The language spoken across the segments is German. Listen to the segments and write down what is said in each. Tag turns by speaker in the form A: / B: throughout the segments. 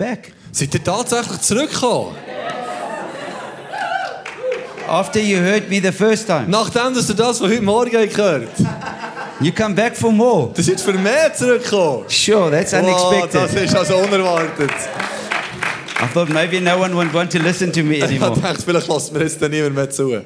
A: back.
B: Seid ihr tatsächlich zurückgekommen?
A: After you heard me the first time,
B: Nachdem dass ihr das von heute Morgen habt gehört
A: you come back for more.
B: Das ist für mehr zurückgekommen.
A: Sure, that's
B: Wow, das
A: unexpected.
B: ist also unerwartet.
A: I thought maybe no one would want to listen to me
B: Ich
A: anymore.
B: dachte, vielleicht lässt mir jetzt dann niemand mehr zu.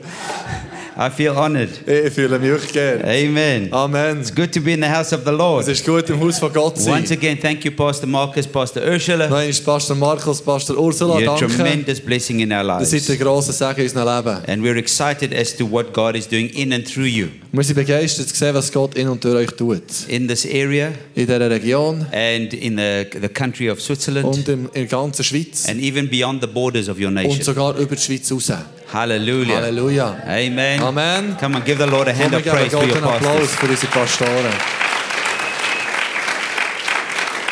A: I feel honored.
B: Ich fühle mich wirklich gern.
A: Amen.
B: Amen.
A: It's good to be in the house of the Lord.
B: Es ist gut, im Haus von Gott zu
A: Once
B: sein.
A: again, thank you, Pastor Marcus, Pastor Ursula.
B: Noch einmal Pastor Markus, Pastor Ursula,
A: You're a
B: danke.
A: tremendous blessing in our
B: Ihr seid
A: lives.
B: ein grosser Segen in unserem Leben.
A: And we're excited as to what God is doing in and through you
B: Wir sind begeistert zu sehen, was Gott in und durch euch tut.
A: in this area
B: In dieser Region
A: and in the, the country of Switzerland
B: und im- in der ganzen Schweiz.
A: and even beyond the borders of your
B: Und
A: nation.
B: sogar über die Schweiz raus.
A: Hallelujah.
B: Halleluja.
A: Amen.
B: Amen.
A: Come on, give the Lord a
B: Komm,
A: hand
B: wir
A: of
B: geben
A: praise for
B: Gott
A: your
B: einen Applaus
A: pastors.
B: für unsere Pastoren.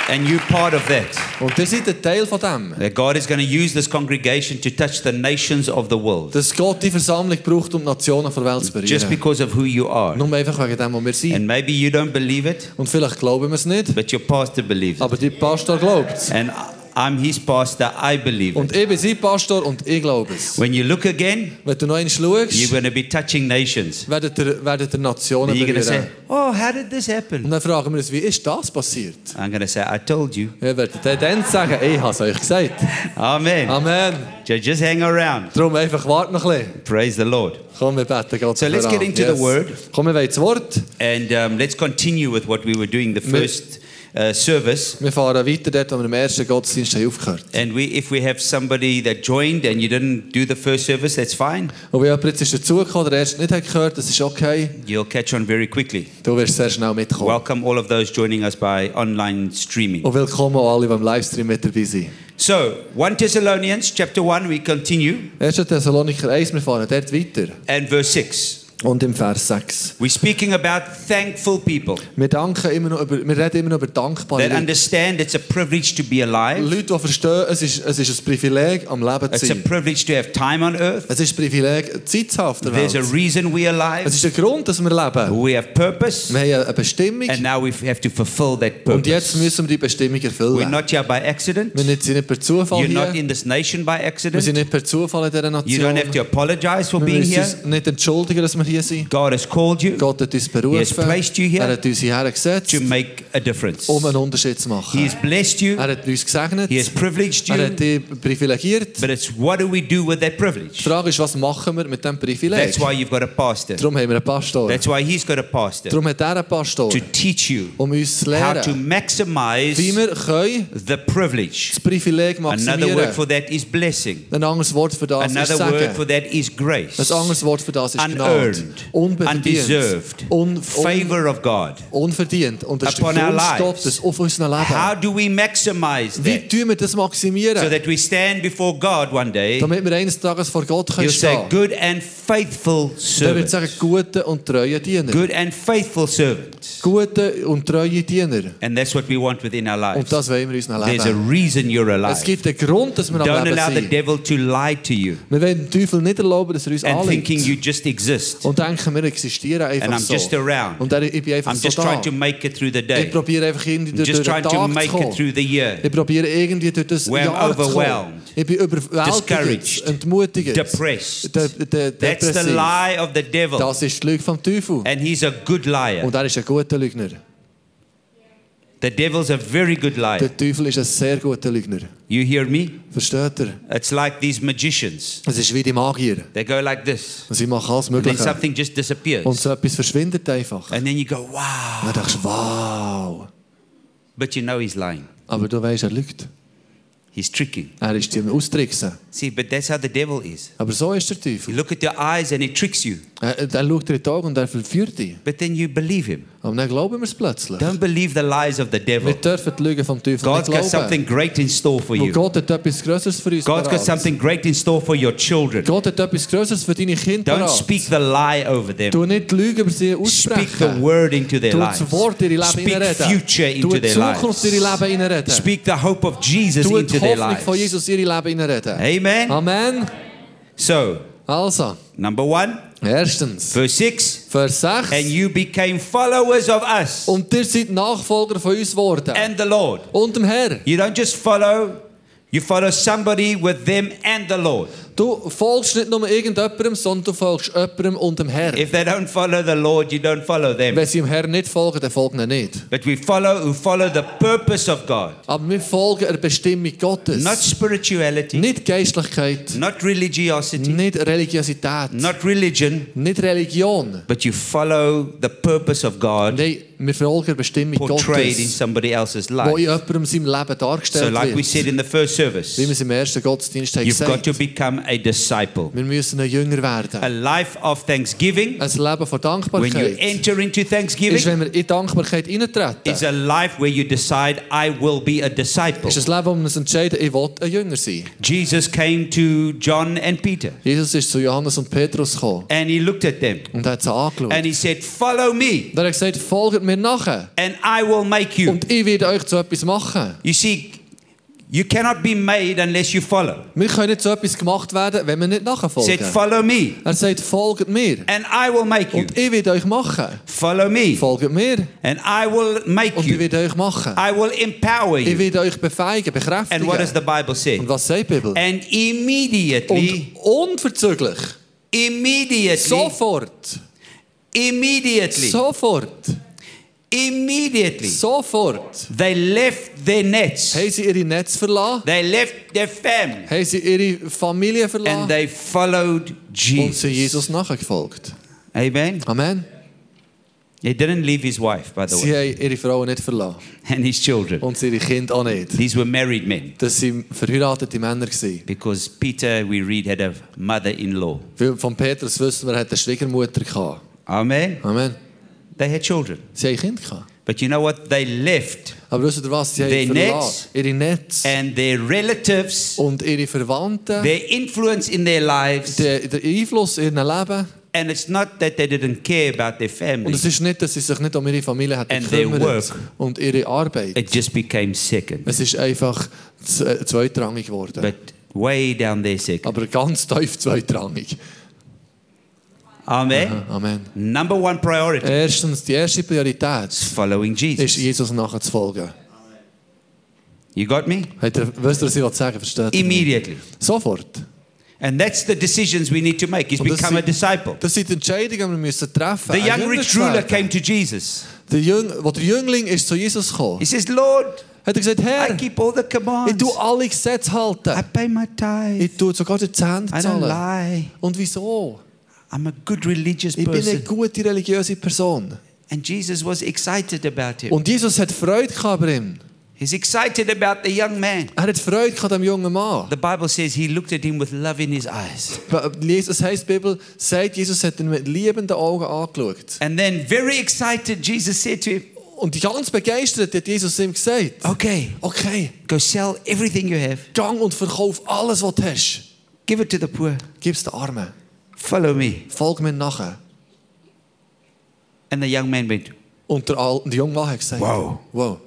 A: And you're part of that.
B: Und ihr seid ein Teil von dem.
A: That God is going to use this congregation to touch the nations of the world
B: Dass Gott die Versammlung braucht, um die Nationen von der Welt zu
A: just
B: berühren.
A: because of who you are.
B: Nur einfach wegen dem, wo wir sind.
A: And maybe you don't believe it,
B: Und vielleicht glauben wir es nicht,
A: but your pastor believes it.
B: aber der Pastor glaubt es.
A: And I- I'm his pastor, I believe it.
B: Und ich bin sein Pastor und ich glaube es.
A: When you look again,
B: Wenn du noch einmal
A: you're
B: schaust,
A: going to be touching nations.
B: werdet ihr, werdet ihr Nationen
A: And you're going to say,
B: berühren.
A: Oh, how did this happen?
B: Und dann fragen wir uns, wie ist das passiert?
A: I'm going to say, I told you.
B: Ihr werdet ihr dann sagen, ich habe es euch gesagt. Ah.
A: Amen.
B: Amen.
A: So just hang around.
B: Darum einfach wart noch ein bisschen.
A: Praise the Lord.
B: Komm, wir beten Gott
A: So let's
B: voran.
A: get into the word.
B: Komm, wir wollen das Wort.
A: And um, let's continue with what we were doing the
B: Me-
A: first uh, service.
B: Wir fahren weiter dort, wo wir im ersten Gottesdienst haben aufgehört
A: And we, if we have somebody that joined and you didn't do the first service, that's fine.
B: haben. Und wenn jemand jetzt ist dazugekommen der erste nicht hat gehört, das ist okay.
A: You'll catch on very quickly.
B: Du wirst sehr schnell mitkommen.
A: Welcome all of those joining us by online streaming.
B: Und willkommen auch alle, die im Livestream mit dabei sind.
A: So, 1 Thessalonians chapter 1, we continue,
B: 1. Thessaloniker 1, wir fahren dort weiter.
A: and verse 6.
B: Und im Vers 6.
A: We're speaking about thankful people
B: Wir, danken immer noch über, wir reden immer noch über dankbare
A: that
B: Leute.
A: understand it's a privilege to be alive,
B: Leute, die verstehen, es ist, es ist ein Privileg, am Leben zu
A: it's a
B: sein.
A: privilege to have time on earth.
B: Es ist ein Privileg, Zeit zu haben auf der
A: There's a
B: Welt.
A: reason we're
B: Es
A: alive,
B: ist der Grund, dass wir leben.
A: we have purpose,
B: Wir haben eine Bestimmung
A: and now we have to fulfill that
B: und jetzt
A: purpose.
B: müssen wir die Bestimmung
A: We're
B: erfüllen.
A: not here by accident,
B: Wir sind nicht per Zufall
A: you're not
B: hier.
A: in this nation by
B: Wir sind
A: accident,
B: nicht per Zufall in dieser
A: you don't have
B: Nation.
A: to apologize for
B: Wir
A: being
B: müssen
A: here.
B: uns nicht entschuldigen, dass wir hier sind.
A: God has called you
B: Gott hat uns berufen.
A: placed you here
B: Er hat uns hierher gesetzt,
A: to make a difference,
B: um einen Unterschied zu
A: He
B: machen.
A: has blessed you,
B: Er hat uns gesegnet.
A: He has
B: Er
A: privileged you.
B: hat dich privilegiert.
A: But it's what do we do with that
B: Die
A: privilege?
B: Frage ist, was machen wir mit diesem Privileg?
A: That's why you've got a pastor.
B: Darum haben wir einen Pastor.
A: That's why he's got a pastor
B: Darum hat er einen Pastor,
A: to teach you
B: um uns zu
A: how to
B: lehren, wie
A: maximize
B: wir können
A: the privilege.
B: das Privileg
A: Another word
B: maximieren
A: for that is blessing.
B: Ein anderes Wort für das ist
A: Another word for
B: Sagen.
A: that is
B: Ein
A: grace.
B: anderes Wort für das ist
A: Unearned,
B: Gnade. Unbedingt.
A: undeserved,
B: Un un
A: favor of God.
B: unverdient. Und das ist der
A: Upon our
B: Grundstock
A: lives.
B: des auf unserem
A: How
B: Leben.
A: do we maximize
B: Wie
A: that
B: tun wir das
A: so
B: maximieren,
A: that we stand before God one day?
B: damit wir eines Tages vor Gott können
A: He'll say,
B: stehen können?
A: Good and faithful
B: Dann wird sagen,
A: servant.
B: gute und treue Diener.
A: Good and faithful servant.
B: Gute und treue Diener.
A: And that's what we want within our
B: Und
A: lives.
B: das wollen wir in unserem
A: There's a
B: Leben.
A: reason you're alive.
B: Es gibt einen Grund, dass wir am
A: Don't
B: Leben
A: allow the
B: sind.
A: devil to lie to you
B: Wir wollen den Teufel nicht erlauben, dass er uns
A: and thinking you
B: anlegt.
A: just exist.
B: Und denken, wir existieren
A: And
B: einfach
A: I'm
B: so.
A: just around.
B: Und dann, ich bin einfach
A: I'm
B: so
A: just trying
B: da.
A: to make it through the
B: Ich
A: day.
B: probiere einfach irgendwie durch
A: just
B: den
A: trying
B: Tag
A: to
B: zu
A: make it
B: kommen.
A: through the year.
B: Ich probiere irgendwie durch das
A: Where I'm
B: Jahr zu kommen.
A: overwhelmed,
B: Ich bin überwältigt,
A: discouraged,
B: entmutigt,
A: depressed.
B: de de
A: That's the
B: depressiv.
A: lie of the devil.
B: Das ist die Lüge vom Teufel.
A: And he's a good liar.
B: Und er ist ein guter Lügner.
A: The devil's a very good liar.
B: Der Teufel ist ein sehr guter Lügner.
A: You hear me?
B: Versteht ihr?
A: It's like these magicians.
B: Es ist wie die Magier.
A: They go like this.
B: Und sie machen alles
A: And then
B: Mögliche.
A: something just
B: Und
A: disappears.
B: so etwas verschwindet einfach. Und
A: And then you go, wow.
B: dann denkst du, wow.
A: But you know he's lying.
B: Aber du weißt, er lügt.
A: He's tricking.
B: Er ist dir am austricksen.
A: See, but that's how the devil is.
B: Aber so ist der
A: You
B: Teufel.
A: look at your eyes and he tricks you.
B: Er, er schaut dir in die Augen und er verführt dich.
A: But then you believe him.
B: Und dann glauben wir es plötzlich.
A: Don't believe the lies of the devil.
B: Wir dürfen die Lügen vom Teufel
A: God's got
B: nicht glauben.
A: something great in store for
B: Weil
A: you.
B: Gott hat etwas Größeres für uns
A: God's got
B: parat.
A: something great in store for your children.
B: Gott hat etwas Größeres für deine Kinder
A: Don't
B: parat.
A: speak the lie over them.
B: Du nicht die Lüge über sie
A: Speak the
B: aussprechen.
A: word into their
B: Du
A: lives.
B: das Wort in ihr Leben
A: Speak
B: hineinreden.
A: future
B: Du
A: into
B: die
A: their
B: Zukunft in
A: lives.
B: ihr Leben hineinreden.
A: Speak the hope of Jesus
B: Du
A: into
B: die
A: their
B: Hoffnung von
A: lives.
B: Jesus in ihr Leben hineinreden.
A: Amen.
B: Amen.
A: So,
B: Also,
A: number one,
B: erstens,
A: verse six,
B: Vers
A: and
B: 6.
A: you became followers of us
B: Und ihr seid Nachfolger von uns geworden.
A: and the Lord.
B: Und dem Herr.
A: You don't just follow You follow somebody with them and the Lord.
B: Du folgst nicht nur irgendjemandem, sondern du folgst jemandem und dem Herrn.
A: If they don't follow the Lord, you don't follow them.
B: Wenn sie dem Herrn nicht folgen, dann folgen sie nicht.
A: But we follow who follow the purpose of God,
B: Aber wir folgen der Bestimmung Gottes.
A: not spirituality,
B: Nicht Geistlichkeit,
A: not religiosity,
B: nicht Religiosität,
A: not religion,
B: nicht Religion.
A: but you follow the purpose of God
B: Nein, wir folgen der Bestimmung
A: portrayed in
B: Gottes,
A: somebody else's
B: wo in
A: life.
B: jemandem seinem Leben
A: So,
B: dargestellt
A: like we
B: wird.
A: said in the first service,
B: Wie wir es im ersten Gottesdienst haben
A: you've got
B: gesagt
A: to become a disciple.
B: wir müssen ein Jünger werden.
A: A life of thanksgiving,
B: Ein Leben von
A: when you
B: Dankbarkeit
A: enter into
B: ist,
A: thanksgiving,
B: wenn wir in Dankbarkeit eintreten.
A: is a life where you decide, I will be a disciple.
B: ist ein Leben, wo wir uns entscheiden, ich will ein Jünger sein.
A: Jesus came to John and Peter
B: Jesus ist zu Johannes und Petrus gekommen
A: and he looked at them
B: und hat sie angeschaut.
A: and he said, Follow me
B: Und er hat gesagt, folgt mir nachher
A: and I will make you.
B: und ich werde euch zu etwas machen.
A: You see, you cannot be made unless you follow.
B: Wir können nicht zu etwas gemacht werden, wenn wir nicht
A: He said,
B: nachfolgen.
A: Follow me
B: Er sagt, folgt mir
A: and I will make you.
B: und ich werde euch machen.
A: Follow me
B: Folgt mir
A: and I will make
B: und ich
A: you.
B: werde euch machen.
A: I will empower
B: Ich
A: you.
B: werde euch befeigen,
A: And what does
B: bekräftigen.
A: the Bible say?
B: Und was sagt die Bibel?
A: And immediately,
B: Und unverzüglich,
A: immediately,
B: sofort,
A: immediately,
B: sofort,
A: immediately,
B: sofort,
A: they left their nets,
B: haben sie ihre Netze verlassen,
A: they left their family,
B: haben sie ihre Familie
A: and
B: verlassen
A: they followed
B: und sind
A: Jesus.
B: Jesus nachgefolgt.
A: Amen.
B: Amen.
A: He didn't leave his wife, by the
B: Sie
A: way,
B: haben ihre Frauen nicht verlassen
A: and his children.
B: und ihre Kinder auch nicht.
A: These were married men
B: Das waren verheiratete Männer. gewesen.
A: because Peter, we read, had a mother in law.
B: Weil Von Petrus wissen wir, er hat eine Schwiegermutter. gehabt.
A: Amen.
B: Amen.
A: They had children.
B: Sie haben Kinder. gehabt.
A: But you know what? They left,
B: Aber wisst ihr was? Sie
A: Their
B: haben verlassen. ihre Netze
A: and their relatives,
B: und ihre Verwandten,
A: their influence in their lives,
B: der, der Einfluss in ihrem Leben.
A: and it's not that they didn't care about their
B: Und
A: family,
B: es ist nicht, dass sie sich nicht um ihre Familie hat
A: And their
B: gekümmert
A: work.
B: und ihre Arbeit.
A: it just became second.
B: Es ist einfach z- äh, zweitrangig geworden.
A: But way down there, second.
B: Aber ganz tief zweitrangig.
A: Amen.
B: Amen.
A: Number one priority
B: Erstens, die erste Priorität
A: is following
B: ist,
A: Jesus.
B: Jesus nachzufolgen.
A: You got me?
B: Hat er- Wisst ihr, was ich sagen will? Versteht ihr?
A: Immediately.
B: Sofort.
A: And that's the decisions we need to make is
B: Und das
A: become a
B: sind-
A: disciple.
B: Das sind Entscheidungen, die wir müssen treffen
A: The
B: müssen.
A: young rich ruler came to Jesus.
B: Der, Jüng, wo der Jüngling ist zu Jesus
A: He
B: gekommen.
A: says, Lord,
B: Hat er gesagt,
A: I
B: Herr,
A: keep all the
B: ich
A: commands.
B: tue alle Gesetze halten.
A: I pay my tithe.
B: Ich tue sogar die Zähne
A: I don't
B: zahlen.
A: lie.
B: Und wieso?
A: I'm a good religious
B: Ich bin eine
A: person.
B: gute religiöse Person.
A: And Jesus was excited about him.
B: Und Jesus hat Freude gehabt über ihm.
A: He's excited about the young man.
B: Er hat Freude gehabt am jungen Mann.
A: The Bible says he looked at him with love in his eyes.
B: Ba- Jesus heisst, die Bibel sagt, Jesus hat ihn mit liebenden Augen angeschaut.
A: And then, very excited, Jesus said to him,
B: Und ganz begeistert hat Jesus ihm gesagt,
A: Okay,
B: okay,
A: go sell everything you have,
B: gang und verkauf alles, was du hast.
A: give it to the poor,
B: Gib es den Armen.
A: follow me.
B: Folg mir nachher.
A: And the young man went,
B: Und der, Al der junge Mann hat gesagt,
A: Wow.
B: wow,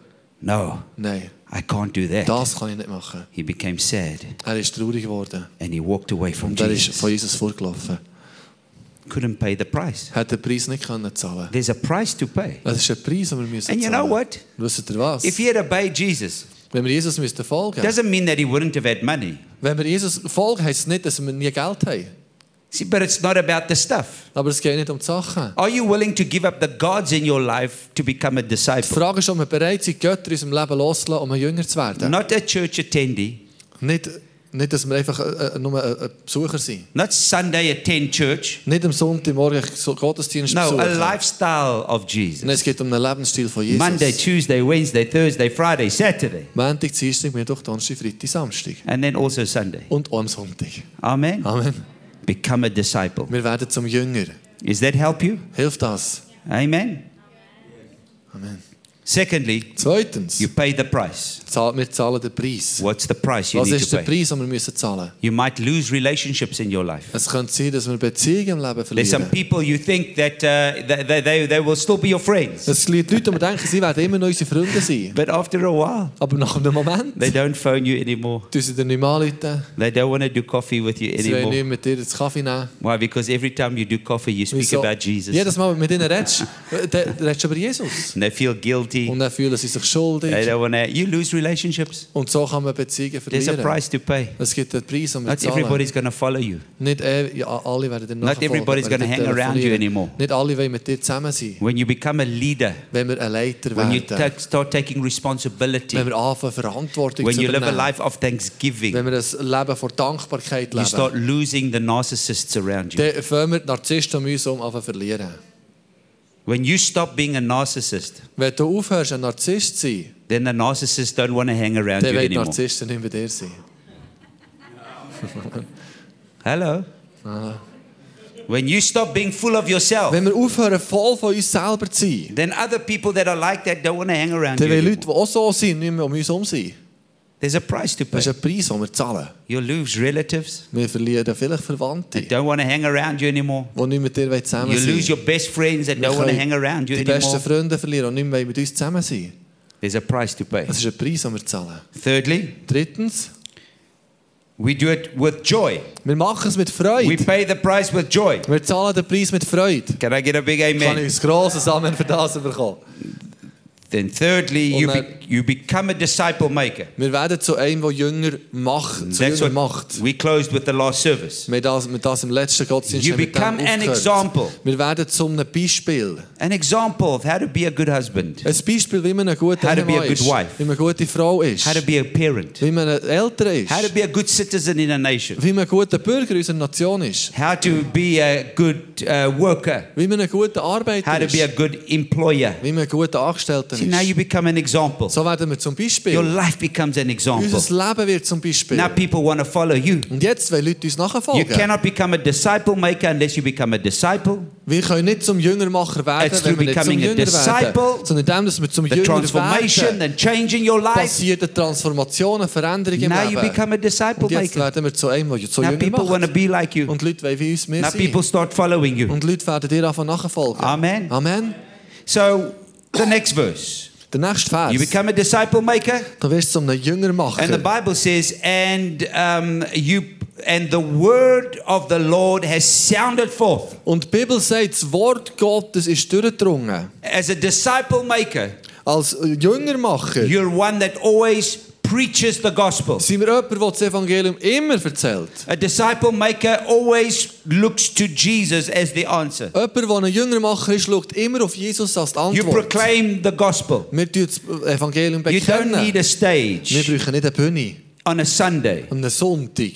A: No,
B: nein,
A: I can't do that.
B: das kann ich nicht machen.
A: He became sad
B: Er ist traurig geworden.
A: and he walked away from
B: Und er ist
A: Jesus.
B: von Jesus vorgelaufen.
A: Couldn't pay the price.
B: Hat den Preis nicht können zahlen
A: There's a price to pay.
B: Das ist ein Preis, den wir müssen
A: And you know
B: zahlen.
A: what?
B: Wisst ihr was?
A: If he had obeyed Jesus,
B: Wenn wir Jesus müssten folgen
A: doesn't mean that he wouldn't have had money.
B: Wenn wir Jesus folgen, heisst es nicht, dass wir nie Geld haben.
A: See, but it's not about the stuff.
B: Aber es geht nicht um die Sachen.
A: Are you willing to give up the gods in your life to become a
B: Die
A: disciple?
B: Frage ist, ob wir bereit sind, Götter in unserem Leben loszulassen, um ein Jünger zu werden.
A: Not a church attendee,
B: Nicht, nicht, dass wir einfach äh, äh, nur ein, ein Besucher sind.
A: not Sunday attend church.
B: Nicht am Sonntagmorgen so- Gottesdienst
A: No, a
B: besuchen.
A: lifestyle of
B: Nein,
A: Jesus.
B: es geht um den Lebensstil von Jesus.
A: Monday, Tuesday, Wednesday, Thursday, Friday, Saturday,
B: Montag, Dienstag, Mittwoch, Donnerstag, Freitag, Samstag.
A: and then also Sunday.
B: Und auch am Sonntag.
A: Amen.
B: Amen.
A: Become a disciple.
B: Wir werden zum Jünger.
A: Does that help you?
B: Hilft das?
A: Amen.
B: Amen.
A: Secondly,
B: Zweitens,
A: you pay the price.
B: zahl- wir zahlen den Preis.
A: What's the price you
B: Was
A: need
B: ist
A: to
B: der
A: pay?
B: Preis, den wir müssen zahlen müssen?
A: You might lose relationships in your life.
B: Es könnte sein, dass wir Beziehungen im Leben
A: There's some
B: verlieren.
A: people you think that uh, they- they, they, they will still be your friends,
B: Es gibt Leute, die wir denken, sie werden immer noch unsere Freunde sein.
A: but after a while,
B: Aber nach einem Moment
A: they don't phone you anymore.
B: tun sie dann nicht mehr anrufen.
A: They don't want to do coffee with you
B: Sie wollen
A: anymore.
B: nicht mit dir einen Kaffee nehmen.
A: Why? Because every time you do coffee, you speak
B: Wieso?
A: about Jesus.
B: Jedes Mal, wenn du mit ihnen redest, äh, dann redest du über Jesus.
A: And they feel guilty.
B: Und dann fühlen sie sich schuldig.
A: They don't want to. You lose relationships.
B: Und so kann man Beziehungen
A: There's a
B: verlieren.
A: price to pay.
B: Es gibt einen Preis, den wir
A: Not
B: zahlen.
A: everybody's going to follow you.
B: Nicht eh- ja, alle werden dir nachfolgen,
A: everybody's
B: werden
A: gonna hang
B: dir
A: around you
B: telefonieren.
A: anymore.
B: Nicht alle wollen mit dir zusammen sein,
A: When you become a leader,
B: wenn wir ein Leiter
A: when you
B: werden.
A: ta- start taking
B: Wenn
A: responsibility,
B: wir anfangen, Verantwortung
A: when
B: zu
A: you live a
B: übernehmen.
A: life of thanksgiving,
B: Wenn wir ein Leben vor Dankbarkeit
A: you start
B: leben,
A: losing the narcissists around you.
B: dann fangen wir die Narzissten um uns herum an zu verlieren.
A: When you stop being a narcissist,
B: Wenn du aufhörst, ein Narzisst zu sein,
A: then the narcissists don't want to hang around
B: dann
A: you
B: wollen die
A: anymore.
B: Narzissten nicht bei dir sein.
A: Hello. When you stop being full of yourself,
B: Wenn wir aufhören, voll von uns selber zu sein,
A: then other people that are like that don't want to hang around you.
B: dann wollen Leute,
A: anymore.
B: die auch so sind, nicht mehr um uns herum sein.
A: There's a price to pay.
B: Das ist ein Preis, den wir zahlen.
A: You lose relatives
B: Wir verlieren vielleicht
A: that
B: Verwandte,
A: don't want to hang around you anymore.
B: die nicht mit dir zusammen
A: You
B: sein
A: lose
B: wollen.
A: your best friends that
B: Wir
A: don't want to hang
B: können
A: around you
B: die besten
A: anymore.
B: Freunde verlieren und nicht mehr mit uns zusammen sein.
A: There's a price to pay.
B: Das ist ein Preis, den wir zahlen.
A: Thirdly,
B: Drittens,
A: we do it with joy.
B: wir machen es mit
A: We
B: Freude.
A: pay the price with joy.
B: Wir zahlen den Preis mit Freude.
A: Can I get a big
B: Kann
A: amen?
B: ich ein grosses Amen für das bekommen.
A: Then thirdly, you, be,
B: Amen.
A: you become a disciple maker.
B: Wir werden zu einem, der Jünger macht, zu
A: That's what
B: Jünger macht.
A: we closed with the last service.
B: Mit das, mit das im letzten Gottesdienst
A: You
B: haben wir mit dem
A: become an
B: aufgehört.
A: example.
B: Wir werden zu einem Beispiel.
A: An example of how to be a good husband,
B: Ein Beispiel, wie man ein guter
A: How to be
B: Ehemann
A: a good
B: ist,
A: wife.
B: wie man eine gute Frau ist,
A: how to be a parent,
B: wie man älter ist,
A: how to be a good citizen in a nation,
B: wie man ein guter Bürger unserer Nation ist,
A: how to be a good uh, worker,
B: wie man ein guter Arbeiter
A: how to
B: ist,
A: be a good employer.
B: wie man ein guter Angestellter
A: See, now
B: ist.
A: you become an example.
B: So werden wir zum Beispiel.
A: Your life becomes an example.
B: Unser Leben wird zum Beispiel.
A: Now people want to follow you.
B: Und jetzt wollen Leute uns
A: You
B: nachfolgen.
A: cannot become a disciple maker unless you become a disciple.
B: Wir können nicht zum Jüngermacher werden,
A: It's
B: wenn
A: through
B: wir nicht zum
A: becoming a
B: Jünger werden,
A: disciple,
B: sondern indem, dass wir zum
A: The
B: Jünger
A: transformation
B: werden.
A: and change in your life.
B: Passiert eine Transformation, eine Veränderung im
A: Now you
B: Leben.
A: become a disciple
B: Und jetzt
A: maker.
B: werden wir zu einem, der zu
A: Now
B: Jünger
A: people want to
B: macht.
A: be like you.
B: Und Leute wollen wie uns mehr
A: Now
B: sein.
A: people start following you.
B: Und Leute werden dir davon nachfolgen.
A: Amen.
B: Amen.
A: So the next verse.
B: Der nächste
A: You
B: Vers.
A: become a disciple maker,
B: Du wirst zum Jüngermacher.
A: and the Bible says, and um, you and the word of the Lord has sounded forth.
B: Und die Bibel sagt, das Wort Gottes ist durchgedrungen.
A: As a disciple maker,
B: Als Jüngermacher
A: you're one that always preaches the gospel.
B: sind wir jemand, der das Evangelium immer erzählt.
A: A disciple maker always looks to Jesus as the answer.
B: Jemand, der ein Jüngermacher ist, schaut immer auf Jesus als die
A: You
B: Antwort.
A: proclaim the gospel.
B: Wir tun das Evangelium
A: You don't need
B: bekennen.
A: a
B: Wir
A: stage
B: brauchen nicht eine Bühne.
A: on a Sunday.
B: Am Sonntag.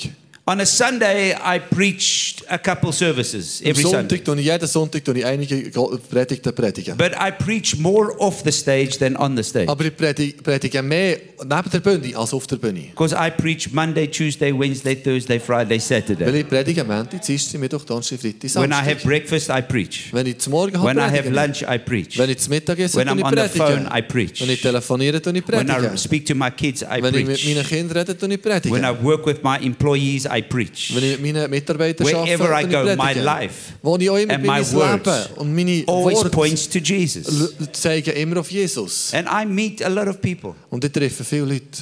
A: On a Sunday, I preached a couple services
B: Am
A: every
B: Sonntag
A: Sunday.
B: tue ich jeden Sonntag tue ich einige Go- Predigten predigen.
A: But I preach more off the stage than on the stage.
B: Aber ich predige, predige mehr neben der Bühne als auf der Bühne.
A: Because I preach Monday, Tuesday, Wednesday, Thursday, Friday,
B: Weil
A: Saturday.
B: ich predige am Montag, Dienstag, Mittwoch, Donnerstag, Freitag,
A: When I
B: Samstag.
A: have breakfast, I preach.
B: Wenn ich zum Morgen habe,
A: When I have
B: predige
A: lunch,
B: ich.
A: I preach.
B: Wenn ich zum Mittag esse,
A: When
B: tue
A: I'm
B: ich
A: on the phone,
B: predigen.
A: I preach.
B: Wenn ich telefoniere, tue ich
A: When
B: predigen.
A: I speak to my kids, I
B: Wenn ich mit meinen
A: preach.
B: Kindern rede, tue ich
A: When I
B: predigen.
A: work with my employees, I preach.
B: Wenn ich mit meinen Mitarbeitern
A: Wherever I
B: arbeite,
A: go,
B: tue ich
A: my
B: predigen.
A: life
B: Wo ich auch immer
A: and
B: bin, mein
A: my words
B: Leben und meine
A: always
B: Worte
A: points to Jesus.
B: l- zeigen immer auf Jesus.
A: And I meet a lot of people.
B: Und ich treffe viele Leute.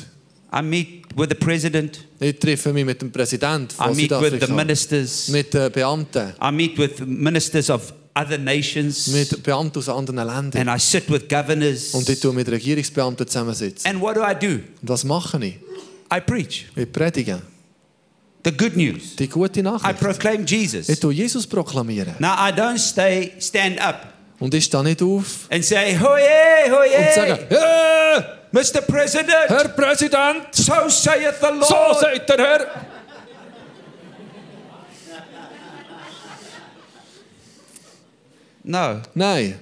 A: I meet with the president.
B: Ich treffe mich mit dem
A: I
B: Präsidenten von
A: meet with the
B: Südafrika.
A: ministers.
B: Mit den Beamten.
A: I meet with ministers of other nations.
B: Mit Beamten aus anderen Ländern.
A: And I sit with
B: Und ich
A: governors.
B: tue mit Regierungsbeamten zusammensitzen.
A: And what do I do?
B: Und was mache ich?
A: I preach
B: Ich predige.
A: the good news.
B: Die gute
A: I
B: Nachricht.
A: proclaim
B: Ich
A: Jesus.
B: tue Jesus proklamieren.
A: Now I don't stay stand up
B: Und ich stehe nicht auf
A: and say, hoye,
B: und
A: hoye,
B: sage, «Ja,
A: Mr. President,
B: Herr Präsident,
A: so saith the
B: so
A: Lord.
B: sagt der Herr.
A: No,
B: Nein,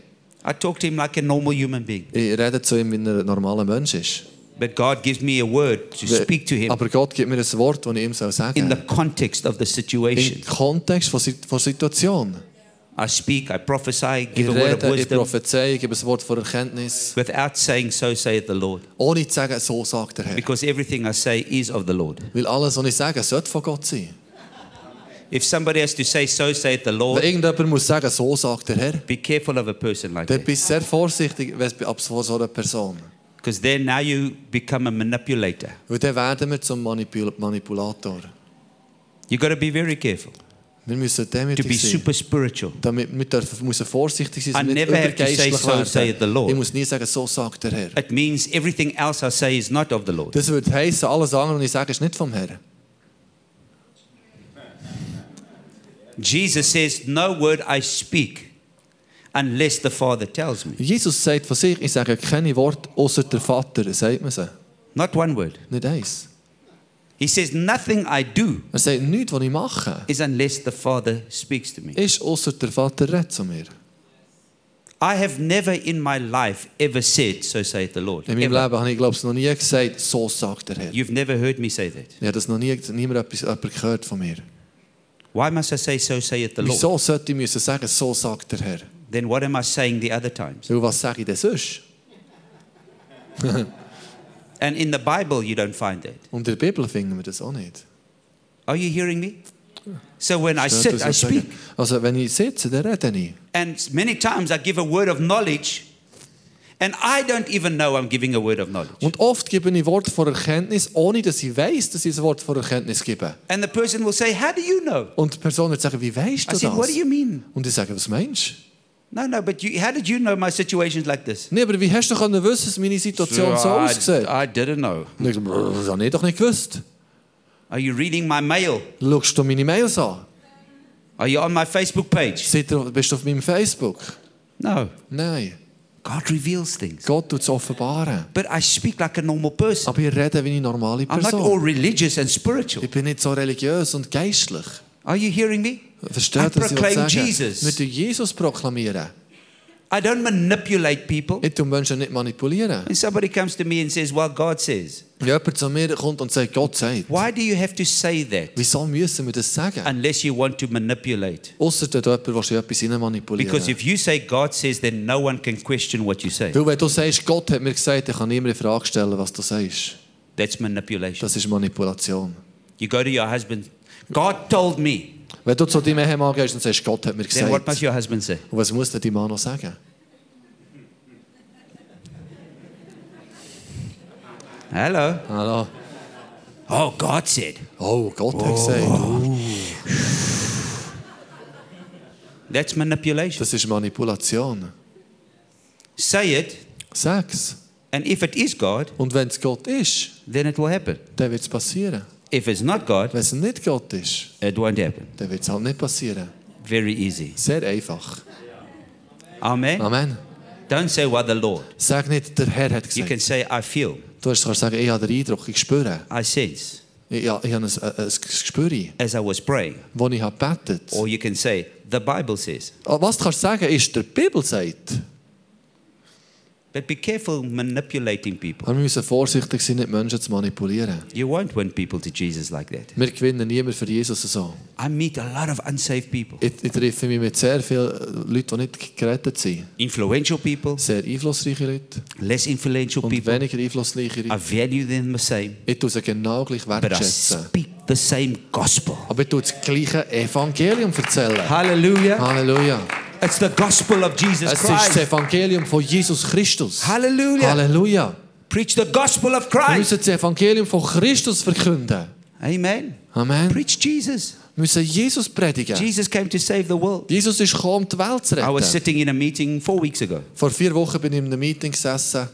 A: I talk to him like a normal human being.
B: ich rede zu ihm, wie er ein normaler Mensch ist.
A: But God gives me a word to speak to him
B: Aber Gott gibt mir ein Wort, das ich ihm soll
A: in
B: sagen
A: the
B: soll.
A: context of the
B: Im
A: situation.
B: Kontext von Sit- von Situation.
A: I speak, I prophesy,
B: Ich
A: give a word of
B: rede, ich
A: wisdom
B: prophezeie, ich gebe ein Wort von Erkenntnis.
A: without saying, so saith the Lord.
B: Ohne zu sagen, so sagt der Herr.
A: Because everything I say is of the Lord.
B: Weil alles, was ich sage, sollte von Gott sein.
A: If somebody has to say, so saith the
B: Wenn
A: Lord,
B: irgendjemand muss sagen, so sagt der Herr,
A: be careful of a person like
B: dann
A: that.
B: bist du sehr vorsichtig wenn es bei- ab so so einer Person.
A: Because then now you become a manipulator.
B: Weil dann werden wir zum Manipul Manipulator.
A: you got to be very careful.
B: Wir müssen
A: to be
B: demütig sein.
A: super spiritual.
B: Damit wir dürfen, müssen vorsichtig sein, dass
A: I
B: wir nicht
A: never have to say,
B: übergeistlich
A: "So saith the
B: werden.
A: Lord."
B: Ich muss nie sagen, so sagt der Herr.
A: It means everything else I say is not of the Lord.
B: Das würde heissen, alles andere, was ich sage, ist nicht vom Herrn.
A: Jesus says, No word I speak unless the Father tells me.
B: Jesus sagt von sich, ich sage keine Worte, außer der Vater, sagt man sie.
A: Not one word.
B: Nicht eins.
A: He says, Nothing I do
B: Er sagt nichts, was ich mache,
A: is unless the Father speaks to me.
B: ist, außer der Vater redet zu mir.
A: I have never in my life ever said, So saith the Lord.
B: In meinem
A: Ever.
B: Leben habe ich, glaube ich, noch nie gesagt, so sagt der Herr.
A: You've never heard me say that.
B: Ich habe das noch nie, niemand etwas, jemand gehört von mir.
A: Why must I say, So saith the Lord?
B: Wieso sollte ich müssen sagen, so sagt der Herr?
A: Then what am I saying the other times?
B: Weil was sage ich denn sonst?
A: And in the Bible, you don't find that.
B: Und in der Bibel finden wir das auch nicht.
A: Are you hearing me? So when I
B: Sollte
A: sit,
B: ich
A: I
B: sagen.
A: speak.
B: Also wenn ich sitze, dann rede ich.
A: And many times I give a word of knowledge, and I don't even know I'm giving a word of knowledge.
B: Und oft gebe ich Wort von Erkenntnis, ohne dass ich weiß, dass ich ein Wort von Erkenntnis gebe.
A: And the person will say, How do you know?
B: Und die Person wird sagen, wie weißt
A: I
B: du
A: said, What do
B: das?
A: you mean?
B: Und ich sage, was meinst du?
A: No, no, but you, how did you know my situation's like this?
B: Nee, aber wie hast du können wissen, dass meine Situation so aussieht?
A: I didn't know.
B: Und ich sage, brr, Das habe ich doch nicht gewusst.
A: Are you reading my mail?
B: Schaust du meine Mails an?
A: Are you on my Facebook page?
B: Seid ihr- Bist du auf meinem Facebook?
A: No.
B: Nein.
A: God reveals things.
B: Gott tut es offenbaren.
A: But I speak like a normal person.
B: Aber ich rede wie eine normale
A: I'm not all
B: Person.
A: religious and spiritual.
B: Ich bin nicht so religiös und geistlich.
A: Are you hearing me? I
B: Versteht ihr, was ich
A: proclaim
B: sagen will?
A: Jesus.
B: Wir tun Jesus proklamieren.
A: I don't manipulate people.
B: Ich tue Menschen nicht manipulieren.
A: And somebody comes to me and says, Well, God says.
B: Wenn jemand zu mir kommt und sagt, Gott sagt,
A: Why do you have to say that
B: wieso müssen wir das sagen?
A: unless you want to manipulate?
B: Ausser, dass jemand willst, in etwas hinein manipulieren
A: Because if you say God says, then no one can question what you say.
B: Weil wenn du sagst, Gott hat mir gesagt, ich kann niemand in Frage stellen, was du sagst.
A: That's manipulation.
B: Das ist Manipulation.
A: You go to your husband, God told me.
B: Wenn du zu deinem Ehemann gehst und sagst, Gott hat mir
A: Then what
B: gesagt,
A: must your husband say?
B: und was muss denn dein Mann noch sagen?
A: Hello.
B: Hallo.
A: Oh, God said.
B: Oh, Gott hat
A: Oh.
B: gesagt.
A: That's manipulation.
B: Das ist Manipulation.
A: Say it,
B: Sag's.
A: and if it is God,
B: Und wenn es Gott ist,
A: then it will happen.
B: dann wird es passieren.
A: If it's not God,
B: Wenn es nicht Gott ist,
A: it won't happen.
B: dann wird es halt nicht passieren.
A: Very easy.
B: Sehr einfach.
A: Amen.
B: Amen.
A: Don't say, Well, the Lord.
B: Sag nicht, der Herr hat
A: You
B: gesagt.
A: can say, I feel,
B: Du kannst sagen, ich habe den Eindruck, ich spüre.
A: I sense,
B: Ich, ich habe ein, ein, ein Gespür,
A: as I was praying.
B: das ich habe gebetet
A: Or you can say, The Bible says.
B: Was du kannst sagen, ist, der Bibel sagt.
A: But be careful manipulating people.
B: Aber wir müssen vorsichtig sein, nicht Menschen zu manipulieren.
A: You won't win people to Jesus like that.
B: Wir gewinnen niemand für Jesus so.
A: I meet a lot of unsaved people,
B: Ich, ich treffe mich mit sehr vielen Leuten, die nicht gerettet sind.
A: influential people,
B: Sehr einflussreiche Leute
A: less influential
B: und
A: people.
B: weniger einflussreiche
A: I
B: Leute.
A: value them the same,
B: Ich tue sie genau gleich
A: but I
B: wertschätzen.
A: speak the same gospel.
B: Aber ich tue das gleiche Evangelium erzählen.
A: Hallelujah.
B: Halleluja.
A: It's the gospel of Jesus
B: Es ist das
A: Christ.
B: Evangelium von Jesus Christus.
A: Hallelujah.
B: Halleluja.
A: Preach the gospel of
B: Wir
A: Christ.
B: müssen das Evangelium von Christus verkünden.
A: Amen.
B: Amen. Wir
A: Preach Jesus.
B: müssen Jesus predigen.
A: Jesus came to save the world.
B: Jesus ist gekommen, um die Welt zu
A: I was
B: retten.
A: sitting in a meeting four weeks ago.
B: Vor vier Wochen bin ich in einem Meeting gesessen.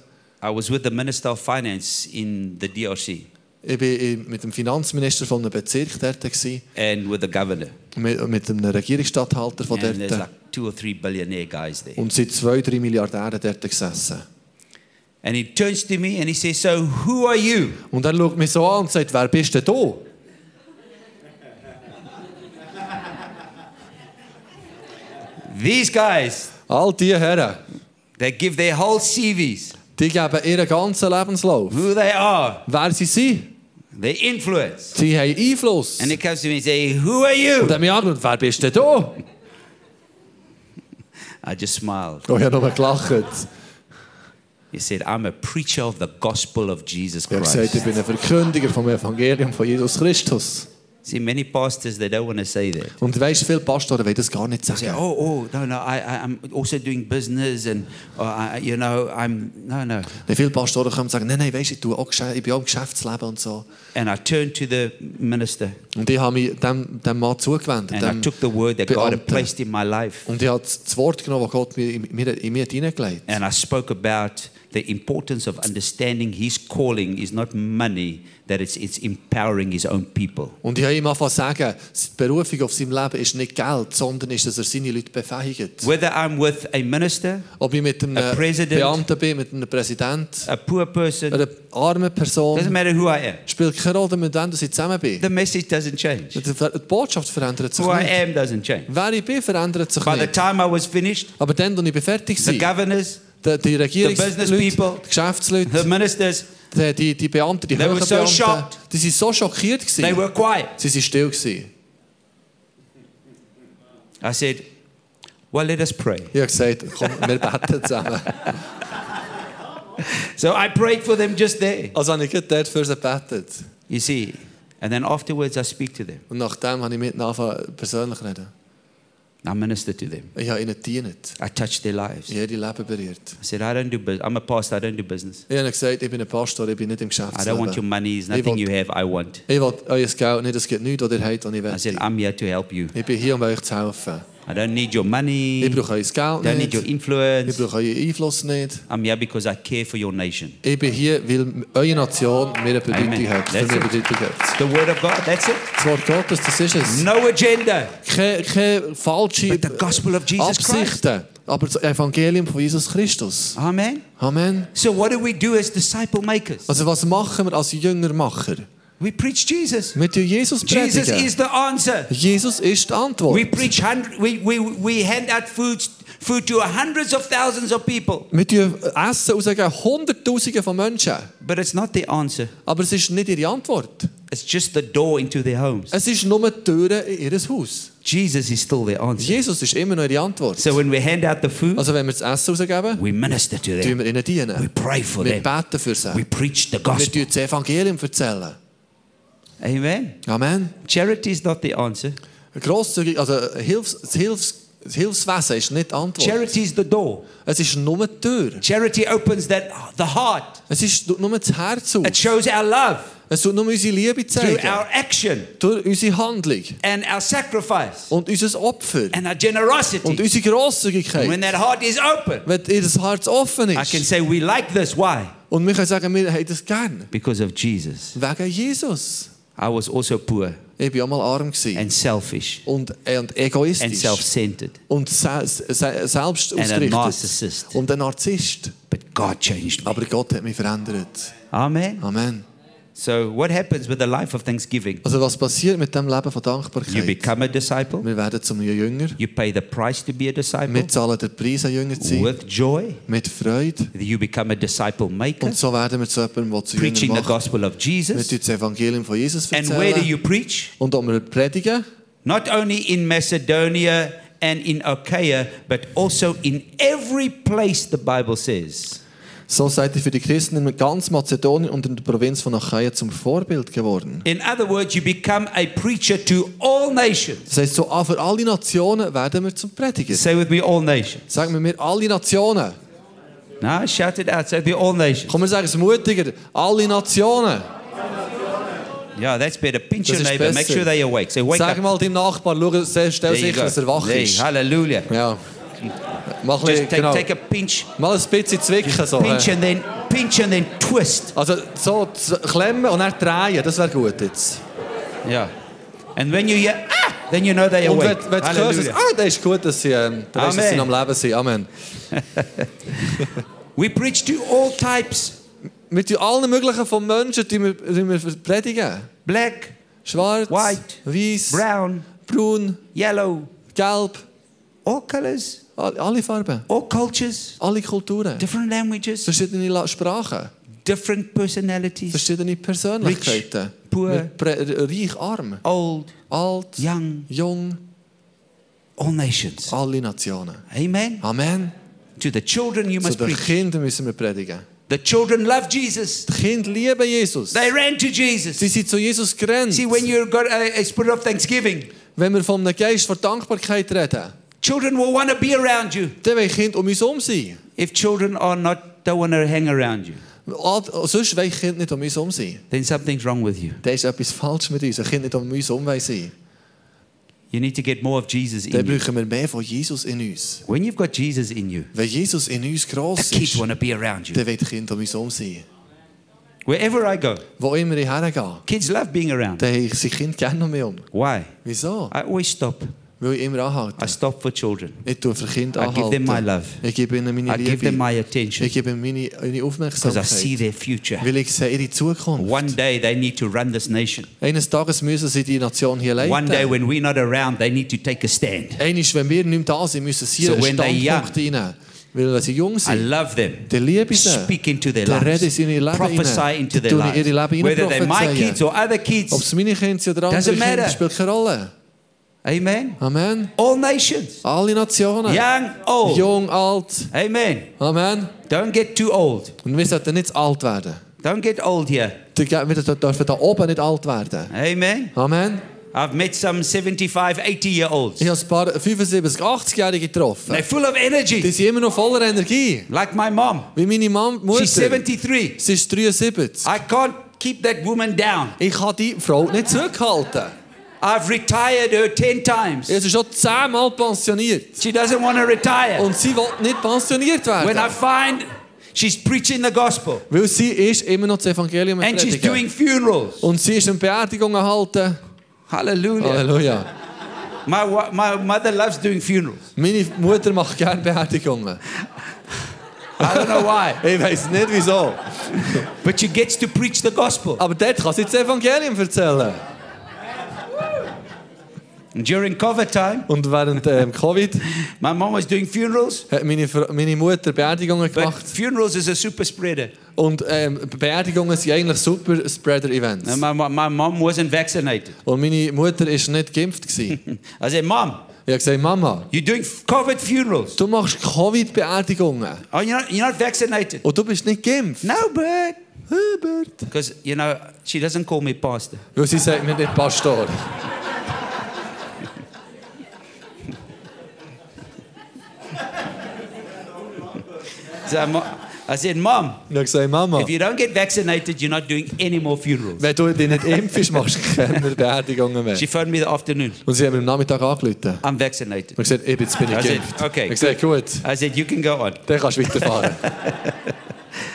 A: I was with the Minister of Finance in the DRC
B: Ich war mit dem Finanzminister von einem Bezirk dort gewesen,
A: and with the governor.
B: mit, mit einem Regierungsstatthalter von
A: And there's
B: dort.
A: like two or three billionaire guys there.
B: Und sind zwei, drei Milliardäre dort gesessen.
A: And he turns to me and he says, So who are you?
B: Und er schaut mich so an und sagt, wer bist denn du?
A: These guys,
B: All die Herren,
A: they give their whole CVs,
B: die geben ihren ganzen Lebenslauf.
A: who they are,
B: Wer sie sind,
A: their influence.
B: sie haben Einfluss.
A: And he comes to me and says, Who are
B: Und
A: you?
B: er mich angeschaut, wer bist denn du?
A: I just smiled.
B: Oh, ich habe nur gelacht.
A: He said, I'm a preacher of the gospel of Jesus
B: Ich habe gesagt,
A: Christ.
B: ich bin ein Verkündiger vom Evangelium von Jesus Christus.
A: See, many pastors, they don't want to say that.
B: Und weißt, viele Pastoren wollen das gar nicht
A: Say,
B: sagen.
A: oh, oh, no, no, I, I, I'm also doing business and, uh, I, you know, I'm, no, no.
B: Denn viele Pastoren kommen und sagen, nein, nein, weißt, ich, tue auch, Geschä- ich bin auch im Geschäftsleben und so.
A: And I turned to the minister
B: Und ich habe mich dem, dem Mann zugewendet.
A: and I
B: dem
A: took the word that God had
B: Beamten.
A: placed in my life.
B: Und ich habe das das Wort genommen, das Gott mir, in, mir, in mir hat hineingelegt
A: And I spoke about the importance of understanding his calling is not money, that it's, it's empowering his own people.
B: Und ich habe ihm angefangen zu sagen, die Berufung auf seinem Leben ist nicht Geld, sondern ist, dass er seine Leute befähigt.
A: Whether I'm with a minister,
B: Ob ich mit einem
A: A president.
B: Beamten bin, mit einem Präsidenten,
A: a poor person,
B: einer armen
A: doesn't
B: Person,
A: matter who I am.
B: spielt keine Rolle, mit wem ich zusammen bin.
A: The message doesn't change.
B: Die Ver- die Botschaft verändert sich
A: Who I
B: nicht.
A: am doesn't change.
B: Wer ich bin, verändert sich
A: By the
B: nicht.
A: time I was finished,
B: Aber dann, wenn ich bin fertig
A: the
B: war,
A: governors,
B: die, die Regierungsleute,
A: business people,
B: die
A: the
B: Geschäftsleute,
A: ministers,
B: die, die, die Beamten, die
A: They were
B: höheren
A: so
B: Beamten,
A: shocked.
B: die waren so schockiert.
A: they
B: Gewesen.
A: were quiet.
B: Sie waren still. Gewesen.
A: I said, Well, let us pray.
B: Ich habe gesagt, komm, wir beten zusammen.
A: So I prayed for them just there.
B: Also habe ich gerade dort für sie gebetet.
A: You see, and then afterwards I speak to them.
B: Und nachdem habe ich mit ihnen angefangen, persönlich zu reden.
A: I minister to them.
B: Ich habe ihnen gedient.
A: I touch their lives.
B: Ich habe ihr Leben berührt.
A: I said, I don't do business. I'm a pastor. I don't do business.
B: Ich habe ihnen gesagt, ich bin ein Pastor, ich bin nicht im
A: I don't want your
B: Geschäftsleben.
A: money. It's
B: They
A: nothing
B: want-
A: you have. I want.
B: Ich will euer Geld nicht, es gibt nichts, was ihr habt, was ich
A: I said,
B: will.
A: I'm here to help you.
B: Ich bin hier, um euch zu helfen.
A: I don't need your
B: Ich
A: money.
B: brauche euer
A: Don't
B: Geld
A: need your
B: nicht. Ich
A: influence.
B: brauche euren Einfluss nicht.
A: I'm here because I care for your nation.
B: Ich bin hier, weil eure Nation mir eine Bedeutung
A: Amen.
B: hat. Für
A: That's
B: mich
A: it.
B: Bedeutung hat.
A: The word of God. That's it.
B: Das Wort Gottes, das ist es.
A: No agenda.
B: Keine, keine falsche
A: But the gospel of Jesus Christ.
B: Absichten, aber das Evangelium von Jesus Christus.
A: Amen.
B: Amen.
A: So what do we do as disciple makers?
B: Also was machen wir als Jüngermacher?
A: We preach Jesus.
B: Wir tun Jesus predigen.
A: Jesus is the answer.
B: Jesus ist die Antwort.
A: We preach hundred, we, we, we hand out food, food to hundreds of thousands of people.
B: Wir tun Essen rausgeben, Hunderttausende von Menschen.
A: But it's not the answer.
B: Aber es ist nicht ihre Antwort.
A: It's just the door into their homes.
B: Es ist nur die Tür in ihr Haus.
A: Jesus is still their answer.
B: Jesus ist immer noch ihre Antwort.
A: So when we hand out the food,
B: Also wenn wir das Essen rausgeben,
A: we minister to
B: tun
A: them.
B: wir ihnen
A: We
B: dienen.
A: pray for them.
B: Wir beten für
A: We
B: sie.
A: preach the
B: Wir
A: gospel.
B: tun das Evangelium erzählen.
A: Amen.
B: Amen.
A: Charity is not the answer.
B: Grosszügig, also Hilfs, das, Hilfs, das Hilfswesen ist nicht die Antwort.
A: Charity is the door.
B: Es ist nur die Tür.
A: Charity opens that the heart.
B: Es ist tut nur das Herz auf.
A: It shows our love
B: Es tut nur unsere Liebe
A: through
B: zeigen.
A: our action
B: Durch unsere Handlung.
A: and our sacrifice
B: Und unser Opfer.
A: and our
B: Und
A: generosity.
B: unsere Grosszügigkeit.
A: When that heart is open,
B: Wenn ihr das Herz offen
A: I can
B: ist.
A: say we like this. Why?
B: Und wir können sagen, wir haben das gern.
A: Because of Jesus.
B: Wegen Jesus.
A: I was also poor
B: Ich war auch mal arm. Gewesen.
A: and selfish
B: Und, und
A: and
B: egoistisch.
A: self centered.
B: Und se se selbst
A: And a
B: ausgerichtet.
A: narcissist.
B: Und ein Narzisst.
A: But God changed me.
B: Aber Gott hat mich verändert.
A: Amen.
B: Amen.
A: So, what happens with the life of thanksgiving?
B: Also was passiert mit dem Leben von
A: You
B: Dankbarkeit?
A: become a disciple,
B: Wir werden zum Jünger.
A: you pay the price to be a disciple
B: Wir zahlen den Preis, ein Jünger zu sein.
A: with joy,
B: Mit Freude.
A: you become a disciple maker,
B: Und so werden wir zu jemandem, der zu
A: preaching
B: Jünger
A: the
B: macht.
A: gospel of
B: Wir
A: Jesus.
B: tun das Evangelium von Jesus
A: And where do
B: erzählen.
A: you preach?
B: Und ob wir predigen,
A: Not only in Macedonia and in Achaia, but also in every place the Bible says.
B: so seid ihr für die Christen in ganz Mazedonien und in der Provinz von Achaia zum Vorbild geworden.
A: In other words, you become a preacher to all nations.
B: Das heisst, so ah, für alle Nationen werden wir zum Prediger.
A: Say with me, all nations.
B: Sagen wir mir alle Nationen.
A: No, shout it out. Say with me, all nations.
B: Komm, wir sagen es mutiger. Alle Nationen.
A: Yeah, that's better. Pinch
B: Das
A: your
B: ist
A: neighbor. Make
B: besser.
A: sure they awake. Say, wake
B: Sag
A: up.
B: mal deinem Nachbarn, schau, stell stell
A: There you
B: sicher,
A: go.
B: dass er wach
A: There you-
B: ist.
A: Hallelujah.
B: Ja. nou. Mach ein
A: Just
B: bisschen,
A: take,
B: genau.
A: take a pinch,
B: Mal ein bisschen zwicken. So.
A: pinch
B: hä?
A: and then pinch and then twist.
B: Also so z- klemmen und dann drehen, das wäre gut jetzt.
A: Yeah. And when you hear, ah, then you know they
B: Und
A: awake.
B: wenn, wenn du hörst,
A: Hallelujah.
B: ah, das ist gut, dass sie, ähm, du weißt, dass sie
A: Amen.
B: am Leben sind. Amen.
A: We preach to all types.
B: Wir tun allen möglichen von Menschen, die wir, die wir predigen.
A: Black,
B: Schwarz,
A: White,
B: weiß,
A: brown,
B: braun,
A: yellow,
B: gelb.
A: all colors,
B: All- Alle Farben,
A: all cultures,
B: alle Kulturen.
A: different languages,
B: Verschiedene La- Sprachen,
A: different personalities,
B: verschiedene Persönlichkeiten.
A: poor.
B: Wir pre- Reich, arm,
A: old,
B: alt,
A: young,
B: jung,
A: all nations.
B: alle Nationen.
A: Amen.
B: Amen.
A: To the children you
B: Zu
A: must
B: den
A: preach.
B: Kindern müssen wir predigen.
A: The children love Jesus.
B: Die Kinder lieben Jesus.
A: They ran to Jesus.
B: Sie sind zu Jesus gerannt.
A: See, when you got a, a spirit of thanksgiving,
B: Wenn wir vom Geist von Dankbarkeit reden,
A: children will want to be around you.
B: dann wollen Kinder um uns herum sein.
A: If children are not, don't want to hang around you,
B: Ad- Sonst wollen Kinder nicht um uns herum sein.
A: then something's wrong with you.
B: Da ist etwas falsch mit uns. Ein Kind nicht um uns herum will sein.
A: You need to get more of Jesus
B: Dann
A: in you.
B: brauchen wir mehr von Jesus in uns.
A: When you've got Jesus in you,
B: Wenn Jesus in uns
A: the
B: gross
A: kids
B: ist,
A: want to be around you.
B: dann will die Kinder um uns herum sein.
A: Wherever I go,
B: Wo immer ich hergehe,
A: kids love being around.
B: dann haben sich Kinder gerne um mich herum.
A: Why?
B: Wieso?
A: I always stop.
B: Weil ich immer
A: I
B: anhalte.
A: stop for children.
B: Ich tue für Kinder
A: I give them my
B: anhalten.
A: love.
B: Ich gebe ihnen meine
A: I give them my
B: Liebe.
A: attention
B: Ich gebe ihnen meine, meine
A: because I see
B: Aufmerksamkeit.
A: their future.
B: Weil ich sehe ihre Zukunft.
A: One day they need to run this nation.
B: Eines Tages müssen sie die Nation hier
A: One day
B: leiten.
A: when we're not around, they need to take a stand.
B: Eines, wenn wir nicht mehr da sind, müssen sie
A: So
B: einen
A: when they
B: Standpunkt einnehmen. Weil wenn sie jung
A: I
B: sind,
A: love them.
B: dann liebe ich sie.
A: Speak into their
B: Dann
A: lives.
B: rede ich in ihr Leben
A: Prophesy
B: hinein.
A: into
B: Dann
A: their
B: tue ich ihre Leben
A: lives.
B: hinein
A: Whether they're my
B: prophezeien.
A: kids or other
B: Ob
A: kids.
B: es meine Kinder sind oder andere
A: Doesn't
B: Kinder,
A: matter.
B: spielt keine Rolle.
A: Amen.
B: Amen.
A: All nations.
B: Alle Nationen.
A: Young, old.
B: Jung, alt.
A: Amen.
B: Amen.
A: Don't get too old.
B: Und wir sollten nicht zu alt werden.
A: Don't get old here.
B: Wir dürfen da oben nicht alt werden.
A: Amen.
B: Amen.
A: I've met some 75, 80 year olds.
B: Ich habe ein paar 75, 80-Jährige getroffen.
A: They're full of
B: Die
A: energy.
B: sind immer noch voller Energie.
A: Like my mom.
B: Wie meine Mom, Mutter.
A: She's 73.
B: Sie ist 73.
A: I can't keep that woman down.
B: Ich kann die Frau nicht zurückhalten.
A: I've retired her 10 times.
B: Sie ist schon zehnmal pensioniert.
A: She doesn't want to retire.
B: Und sie will nicht pensioniert
A: When I
B: werden.
A: find she's preaching the gospel
B: Weil sie ist immer noch das Evangelium am
A: and she's
B: Predigen.
A: doing funerals.
B: Und sie ist in Beerdigung erhalten.
A: Hallelujah.
B: Halleluja.
A: My, wa- my mother loves doing funerals.
B: Meine Mutter macht gerne Beerdigungen.
A: I don't know why.
B: Ich weiß nicht wieso.
A: But she gets to preach the gospel.
B: Aber dort kann sie das Evangelium erzählen.
A: And during COVID time,
B: Und während ähm, Covid
A: my mom was doing funerals.
B: hat meine, Fra- meine Mutter Beerdigungen
A: But
B: gemacht.
A: funerals is a super spreader.
B: Und ähm, Beerdigungen sind eigentlich super
A: And
B: Spreader-Events.
A: my, my, my mom wasn't vaccinated.
B: Und meine Mutter war nicht geimpft. gewesen.
A: I said, Mom,
B: Ich habe gesagt, Mama,
A: you're doing COVID funerals.
B: du machst Covid-Beerdigungen
A: Oh, you're not, you're not vaccinated.
B: und du bist nicht geimpft.
A: No, but.
B: Hubert.
A: Because, you know, she doesn't call me pastor.
B: Weil sie sagt mir nicht Pastor.
A: So I'm- I said, Mom,
B: Ich habe gesagt, Mama,
A: If you don't get vaccinated, you're not doing any more funerals.
B: wenn du dich nicht impfst, machst du keine Beerdigungen mehr.
A: She phoned me the afternoon.
B: Und sie haben mir am Nachmittag angerufen.
A: I'm vaccinated.
B: Und gesagt, eben, jetzt bin ich
A: Also,
B: geimpft.
A: okay,
B: ich gesagt, gut,
A: I said, You can go on.
B: dann kannst du weiterfahren.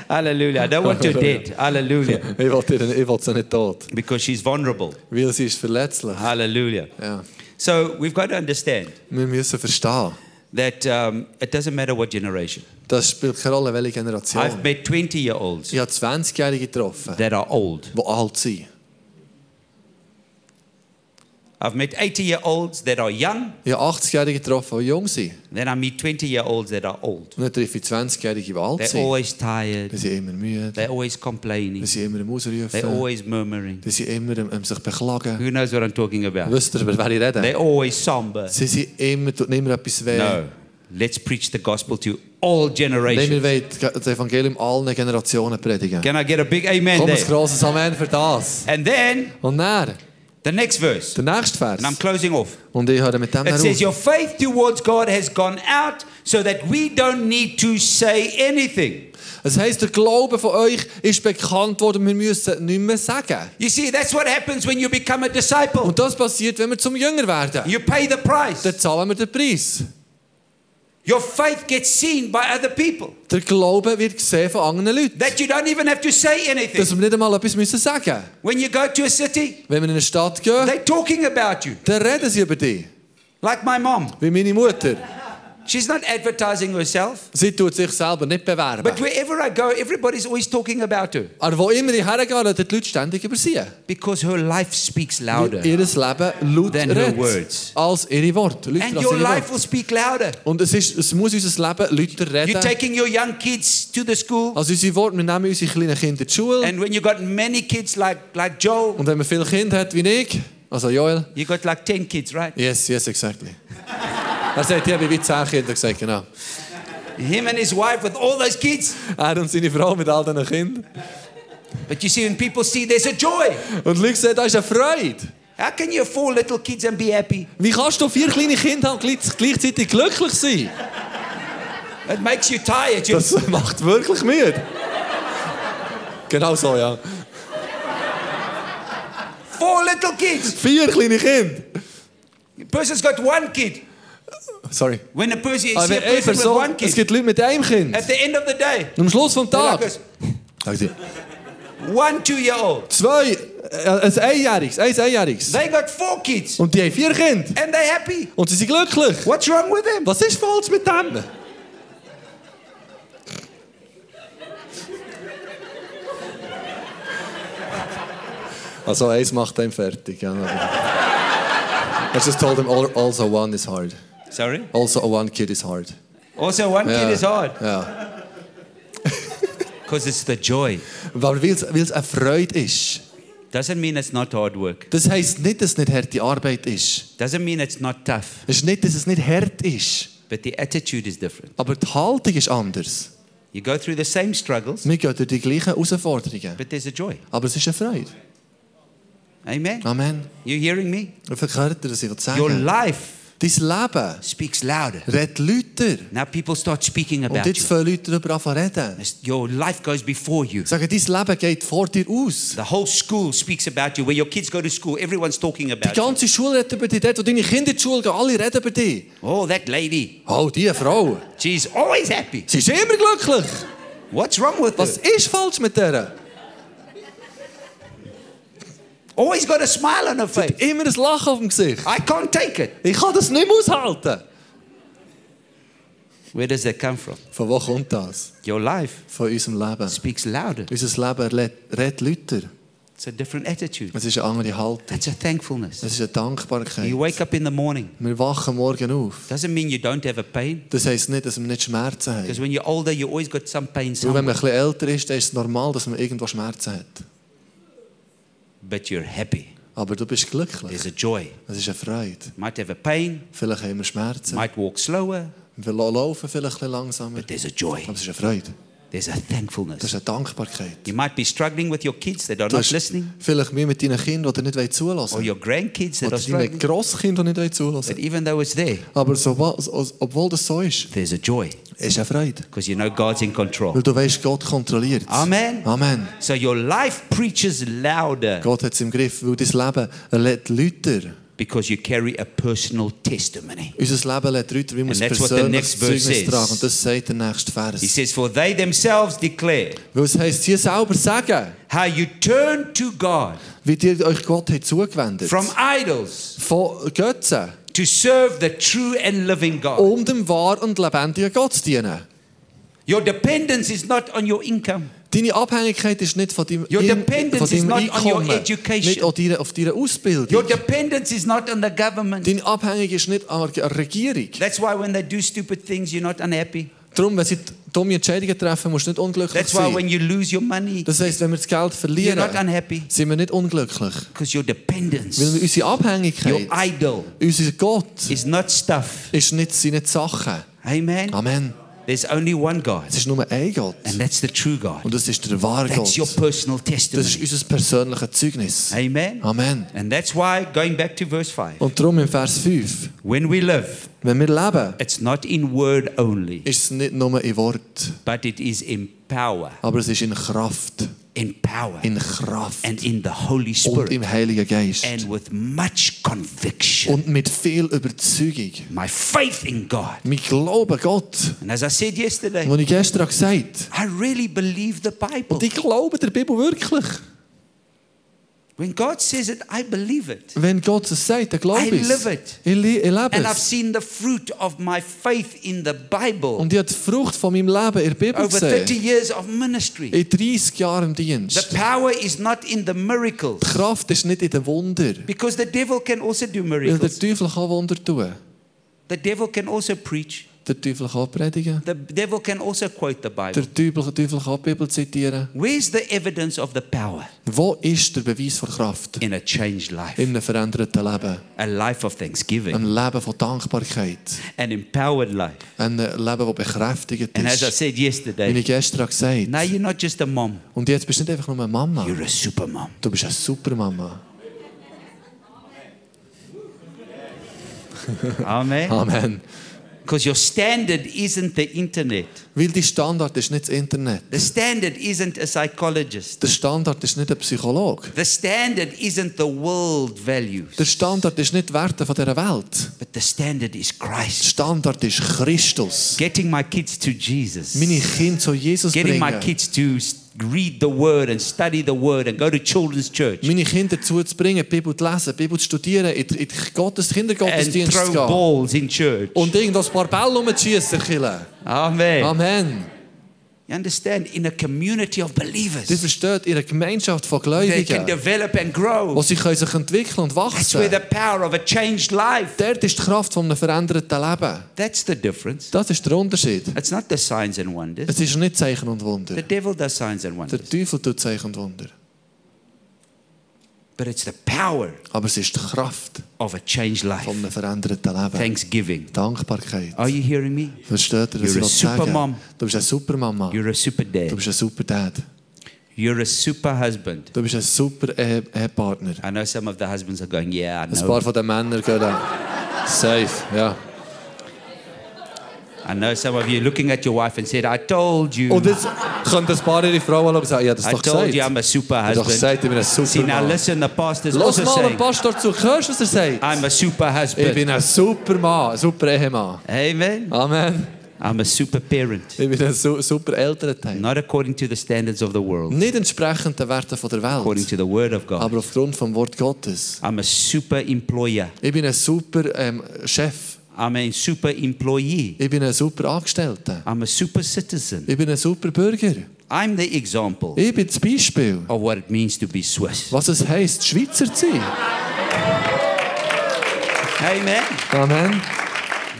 A: Hallelujah. I don't want her dead. Hallelujah.
B: ich will dir- ich will sie nicht tot.
A: Because she's vulnerable.
B: Weil sie ist verletzlich.
A: Hallelujah.
B: Ja.
A: So we've got to understand
B: Wir müssen verstehen,
A: that um, it doesn't matter what generation.
B: das spielt keine Rolle, welche Generation.
A: I've met 20 year olds
B: Ich habe 20-Jährige getroffen,
A: that are old,
B: die alt sind.
A: I've met 80 year olds that are young,
B: Ich habe 80-Jährige getroffen, die jung sind.
A: then I meet 20 year olds that are old.
B: Und dann treffe ich 20-Jährige, die alt
A: They're
B: sind.
A: always
B: Die
A: tired,
B: sind immer müde,
A: they're always
B: die
A: complaining,
B: sind immer am
A: they're
B: Ausrufen,
A: always murmuring.
B: die sind immer am, am sich beklagen.
A: Who knows what I'm talking about?
B: Wisst ihr, über wen ich rede?
A: They're always somber.
B: Sie sind immer, tut nicht mehr etwas weh.
A: No. Let's preach the gospel to all
B: Nein,
A: generations.
B: wir wollen das Evangelium allen Generationen predigen.
A: Can I get a big amen
B: Komm, ein
A: there?
B: grosses Amen für das.
A: And then
B: Und dann,
A: the next verse,
B: der nächste Vers.
A: and I'm closing off.
B: Und ich höre mit dem
A: It
B: dann
A: says,
B: auf.
A: Your faith towards God has gone out so that we don't need to say anything.
B: Es heisst, der Glaube von euch ist bekannt worden, wir müssen nicht mehr sagen.
A: You see, that's what happens when you become a disciple.
B: Und das passiert, wenn wir zum Jünger werden.
A: You pay the price.
B: Dann zahlen wir den Preis.
A: Your faith gets seen by other people.
B: Der Glaube wird gesehen von anderen Leuten.
A: That you don't even have to say anything.
B: Dass wir nicht einmal etwas müssen sagen müssen.
A: When you go to a city,
B: Wenn wir in eine Stadt gehen,
A: they're talking about you.
B: dann reden sie über dich.
A: Like my mom.
B: Wie meine Mutter.
A: She's not advertising herself.
B: Sie tut sich selber nicht bewerben.
A: But wherever I go, everybody's always talking about her.
B: Aber wo immer ich hergehe, reden die Leute ständig über sie.
A: Because her life speaks louder.
B: Ihr Leben laut
A: Than her
B: redet,
A: words.
B: als ihre Worte. Leute,
A: And
B: als
A: your
B: ihre
A: life
B: Worte.
A: will speak louder.
B: Und es, ist, es muss unser Leben lauter
A: You're
B: reden.
A: taking your young kids to the school.
B: Also unsere Worte, wir nehmen unsere kleinen Kinder in die Schule.
A: And when you got many kids like, like Joel,
B: Und wenn man viele Kinder hat wie ich, also Joel,
A: you got like 10 kids, right?
B: nou. yes, yes, exactly. er sagt, ich habe wie zehn Kinder gesagt, genau.
A: Him and his wife with all those kids.
B: Er und seine Frau mit all diesen Kindern.
A: But you see, when people see, there's a joy.
B: Und die Leute sehen, da ist eine Freude.
A: How can you have four little kids and be happy?
B: Wie kannst du vier kleine Kinder haben und gleich- gleichzeitig glücklich sein?
A: It makes you tired. You,
B: Das macht wirklich müde. Genau so, ja.
A: four little kids.
B: Vier kleine Kinder.
A: A person's got one kid.
B: Sorry.
A: When a person, you
B: Ah,
A: see a
B: wenn eine
A: person with
B: Person,
A: one
B: es
A: kid,
B: gibt Leute mit einem Kind.
A: at the end of the day,
B: Und am Schluss des
A: they're like
B: Tages.
A: this, one two year old.
B: Zwei, äh, ein Einjähriges, ein Einjähriges.
A: They got four kids
B: Und die haben vier Kinder.
A: and they're happy.
B: Und sie sind glücklich.
A: What's wrong with them?
B: Was ist falsch mit dem? Also eins macht einem fertig. Ja. I just told him al- also one is hard.
A: Sorry?
B: Also a one kid is hard.
A: Also, one
B: Ja.
A: kid is hard
B: Ja.
A: because it's the joy.
B: Aber weil es eine Freude ist.
A: Doesn't mean it's not hard work.
B: Das heisst nicht, dass es nicht harte Arbeit ist.
A: Doesn't mean it's not tough.
B: Es ist nicht, dass es nicht hart ist.
A: But the attitude is different.
B: Aber die Haltung ist anders.
A: You go through the same struggles,
B: Wir gehen durch die gleichen Herausforderungen.
A: but there's a joy.
B: Aber es ist eine Freude.
A: Amen.
B: Amen.
A: You hearing me?
B: Und verkörpert, was ich
A: Your
B: sagen will.
A: life
B: Dein Leben
A: speaks louder.
B: redet Leute.
A: Now people start speaking
B: Und
A: about you.
B: jetzt fangen Leute darüber an zu reden.
A: Your life goes before you.
B: Sagen, dein Leben geht vor dir aus.
A: The whole school speaks about you. Where your kids go to school, everyone's talking
B: Die
A: about you.
B: ganze Schule redet über dich. Dort, wo deine Kinder in die Schule gehen, alle reden über dich.
A: Oh, that lady.
B: Oh, diese Frau.
A: She's always happy.
B: Sie ist immer glücklich.
A: What's wrong with
B: Was
A: her?
B: ist falsch mit der?
A: Always got a smile on her
B: Sie
A: face.
B: hat immer ein Lachen auf dem Gesicht.
A: I can't take it.
B: Ich kann das nicht mehr aushalten.
A: Where does that come from?
B: Von wo kommt das?
A: Your life
B: Von unserem Leben.
A: speaks louder.
B: Unser Leben redet- redet Leute.
A: It's a different attitude.
B: Es ist eine andere Haltung.
A: That's a thankfulness.
B: Es ist eine Dankbarkeit.
A: You wake up in the morning.
B: Wir wachen morgen auf.
A: Doesn't mean you don't have a pain.
B: Das heisst nicht, dass wir nicht Schmerzen haben.
A: Because when you're older, you always got some pain
B: Weil wenn
A: somewhere.
B: man ein bisschen älter ist, dann ist es normal, dass man irgendwo Schmerzen hat.
A: But you're happy.
B: Aber du bist glücklich.
A: There's a joy.
B: Es ist eine Freude.
A: Might have a pain,
B: Vielleicht haben wir Schmerzen.
A: might walk slower,
B: Wir la- laufen vielleicht ein bisschen langsamer.
A: but there's a joy.
B: Aber es ist eine Freude.
A: There's a
B: Das ist
A: thankfulness.
B: eine Dankbarkeit.
A: You might be struggling with your kids that are
B: Du
A: not
B: hast
A: listening,
B: Dus
A: Oh,
B: vielleicht mehr mit deinen Kindern, die dir nicht
A: or
B: zulassen wollen.
A: your grandkids that
B: Oder
A: are
B: deine
A: struggling.
B: Grosskinder, die nicht zulassen
A: But
B: wollen.
A: even though it's there,
B: Aber so, wa- so- obwohl das so ist,
A: there's a joy
B: ist eine Freude.
A: because you know God's in control.
B: Weil du weißt, Gott kontrolliert es.
A: Amen.
B: Amen.
A: So your life preaches louder
B: Gott hat es im Griff, weil dein Leben lädt Leute.
A: because you carry a personal testimony.
B: Unser Leben lädt Leute, wie wir
A: And
B: es
A: that's what the
B: persönlich
A: next verse
B: Zeugnis
A: says.
B: tragen. Und das sagt der
A: He
B: nächste Vers.
A: says, For they themselves declare
B: Weil es heisst, sie selber sagen,
A: how you turn to God
B: wie ihr euch Gott habt zugewendet.
A: from idols
B: Von Götzen,
A: to serve the true and living God.
B: um dem wahren und lebendigen Gott zu dienen.
A: Your dependence is not on your income.
B: Deine Abhängigkeit ist nicht von deinem,
A: Your
B: In-
A: dependence
B: von
A: is
B: deinem
A: not on your
B: Einkommen,
A: education.
B: nicht auf deiner, auf deiner
A: Your
B: Ausbildung.
A: dependence is not on the government.
B: Deine Abhängigkeit ist nicht an der Regierung.
A: That's why when they do stupid things, you're not unhappy.
B: Darum, wenn sie dumme Entscheidungen treffen, musst du nicht unglücklich
A: That's why
B: sein.
A: when you lose your money,
B: Das heisst, wenn wir das Geld
A: you're
B: verlieren,
A: not unhappy
B: sind wir nicht unglücklich.
A: because your dependence,
B: Weil unsere
A: your
B: Abhängigkeit,
A: idol,
B: unser Gott,
A: is not stuff.
B: ist nicht seine Sache.
A: Amen.
B: Amen.
A: There's only one God,
B: Es ist nur ein Gott.
A: and that's the true God.
B: Und das ist der wahre
A: That's your
B: Gott.
A: personal
B: Das ist
A: testimony.
B: unser persönliches Zeugnis.
A: Amen.
B: Amen.
A: And that's why, going back to verse 5,
B: Und darum im Vers 5,
A: when we live,
B: wenn wir leben,
A: it's not in word only,
B: ist es nicht nur in Wort,
A: but it is in power,
B: aber es ist in Kraft.
A: in power,
B: In Kraft.
A: and in the Holy
B: Und
A: Spirit,
B: im Heiligen Geist.
A: and with much conviction.
B: Und mit viel Überzeugung.
A: my faith in God.
B: Mein Glaube Gott.
A: And as I said yesterday,
B: Was ich gestern gesagt habe.
A: I really believe the Bible.
B: Und ich glaube der Bibel wirklich.
A: When God says it, I believe it.
B: Wenn Gott es sagt, dann glaube
A: I
B: ich es.
A: live it.
B: Ich, li- ich lebe
A: And I've
B: es.
A: seen the fruit of my faith in the Bible
B: Und ich habe die Frucht von meinem Leben in der Bibel
A: over 30
B: gesehen.
A: years of ministry.
B: In 30 Jahren im
A: The
B: Dienst.
A: power is not in the miracles,
B: Die Kraft ist nicht in den Wunder.
A: because the devil can also do
B: Weil der
A: miracles.
B: Teufel kann Wunder tun.
A: The devil can also preach.
B: der Teufel kann predigen.
A: The devil can also quote the Bible.
B: Der Teufel, Teufel kann die Bibel zitieren.
A: Where's the evidence of the power
B: Wo ist der Beweis von Kraft?
A: in a changed life?
B: In einem veränderten Leben.
A: A life of thanksgiving,
B: Ein Leben von Dankbarkeit.
A: an empowered life.
B: Ein Leben, das bekräftigt
A: And as I
B: ist.
A: said
B: Wie
A: yesterday,
B: ich gestern gesagt
A: now
B: habe.
A: you're not just a mom,
B: Und jetzt bist du nicht einfach nur eine Mama.
A: you're a super mom.
B: Du bist eine Supermama.
A: Amen.
B: Amen.
A: Because your standard isn't the internet.
B: Weil dein Standard ist nicht das Internet.
A: The standard isn't a psychologist.
B: Der Standard ist nicht ein Psychologe.
A: The standard isn't the world values.
B: Der Standard ist nicht die Werte von dieser Welt.
A: But the standard is
B: Der
A: Christ.
B: Standard ist Christus.
A: Getting my kids to Jesus.
B: Meine Kinder zu Jesus
A: Getting
B: bringen.
A: my kids to s- read the word and study the word and go to children's church
B: Meine Kinder dazu zu bringen, die Bibel zu lesen, die Bibel zu studieren, in die in die Gottes
A: and
B: Kindergottesdienst zu
A: throw
B: gehen.
A: balls in church.
B: Und irgendwo ein paar Bälle rumzuschiessen, Kille.
A: Amen.
B: Amen.
A: You understand? In a community of
B: Ihr
A: believers,
B: versteht, in einer Gemeinschaft von
A: they can
B: Gläubigen,
A: develop and
B: wo
A: grow.
B: sie können sich entwickeln und
A: That's where
B: wachsen.
A: the power of a changed life.
B: Dort ist die Kraft von einem veränderten Leben.
A: That's the difference.
B: Das ist der Unterschied.
A: It's not the signs and wonders.
B: Es ist nicht Zeichen und
A: The
B: Wunder.
A: devil does signs and
B: Der
A: wonders,
B: Teufel tut Zeichen und Wunder.
A: but it's the power
B: Aber es ist die Kraft
A: of a changed
B: von
A: life.
B: einem veränderten Leben.
A: Thanksgiving.
B: Dankbarkeit.
A: Are you hearing me?
B: Versteht ihr, was
A: You're a
B: ich sagen
A: supermom.
B: will? Du bist eine Supermama.
A: You're a super
B: Du
A: dad.
B: bist ein super Dad.
A: You're a super husband.
B: Du bist ein super Ehe- Ehepartner.
A: I know some of the husbands are going, yeah, I
B: Ein
A: know.
B: paar von den Männern gehen da. safe. Ja.
A: I know some of you looking at your wife and said, I told you.
B: Und jetzt können ein paar ihre Frauen schauen und sagen, ja, das
A: Mm. I
B: ist doch
A: told you I'm
B: gesagt.
A: a super
B: doch
A: husband.
B: gesagt, ich bin ein
A: See, now
B: Supermann.
A: listen, the pastor's
B: Lass
A: also
B: mal den
A: saying,
B: Pastor zu, hörst du, was er sagt?
A: I'm a super
B: Ich
A: husband.
B: bin ein Supermann, ein super Ehemann.
A: Amen.
B: Amen.
A: I'm a super parent.
B: Ich bin ein su super Elternteil.
A: Not according to the standards of the world,
B: Nicht entsprechend den Werten von der
A: according
B: Welt,
A: to the word of God.
B: aber aufgrund vom Wort Gottes.
A: I'm a super employer.
B: Ich bin ein super ähm, Chef.
A: I'm a super employee.
B: Ich bin ein super Angestellter.
A: I'm a super citizen.
B: Ich bin ein super Bürger.
A: I'm the example
B: Ich bin das Beispiel,
A: of what it means to be Swiss.
B: was es heisst, Schweizer zu sein.
A: Amen.
B: Amen.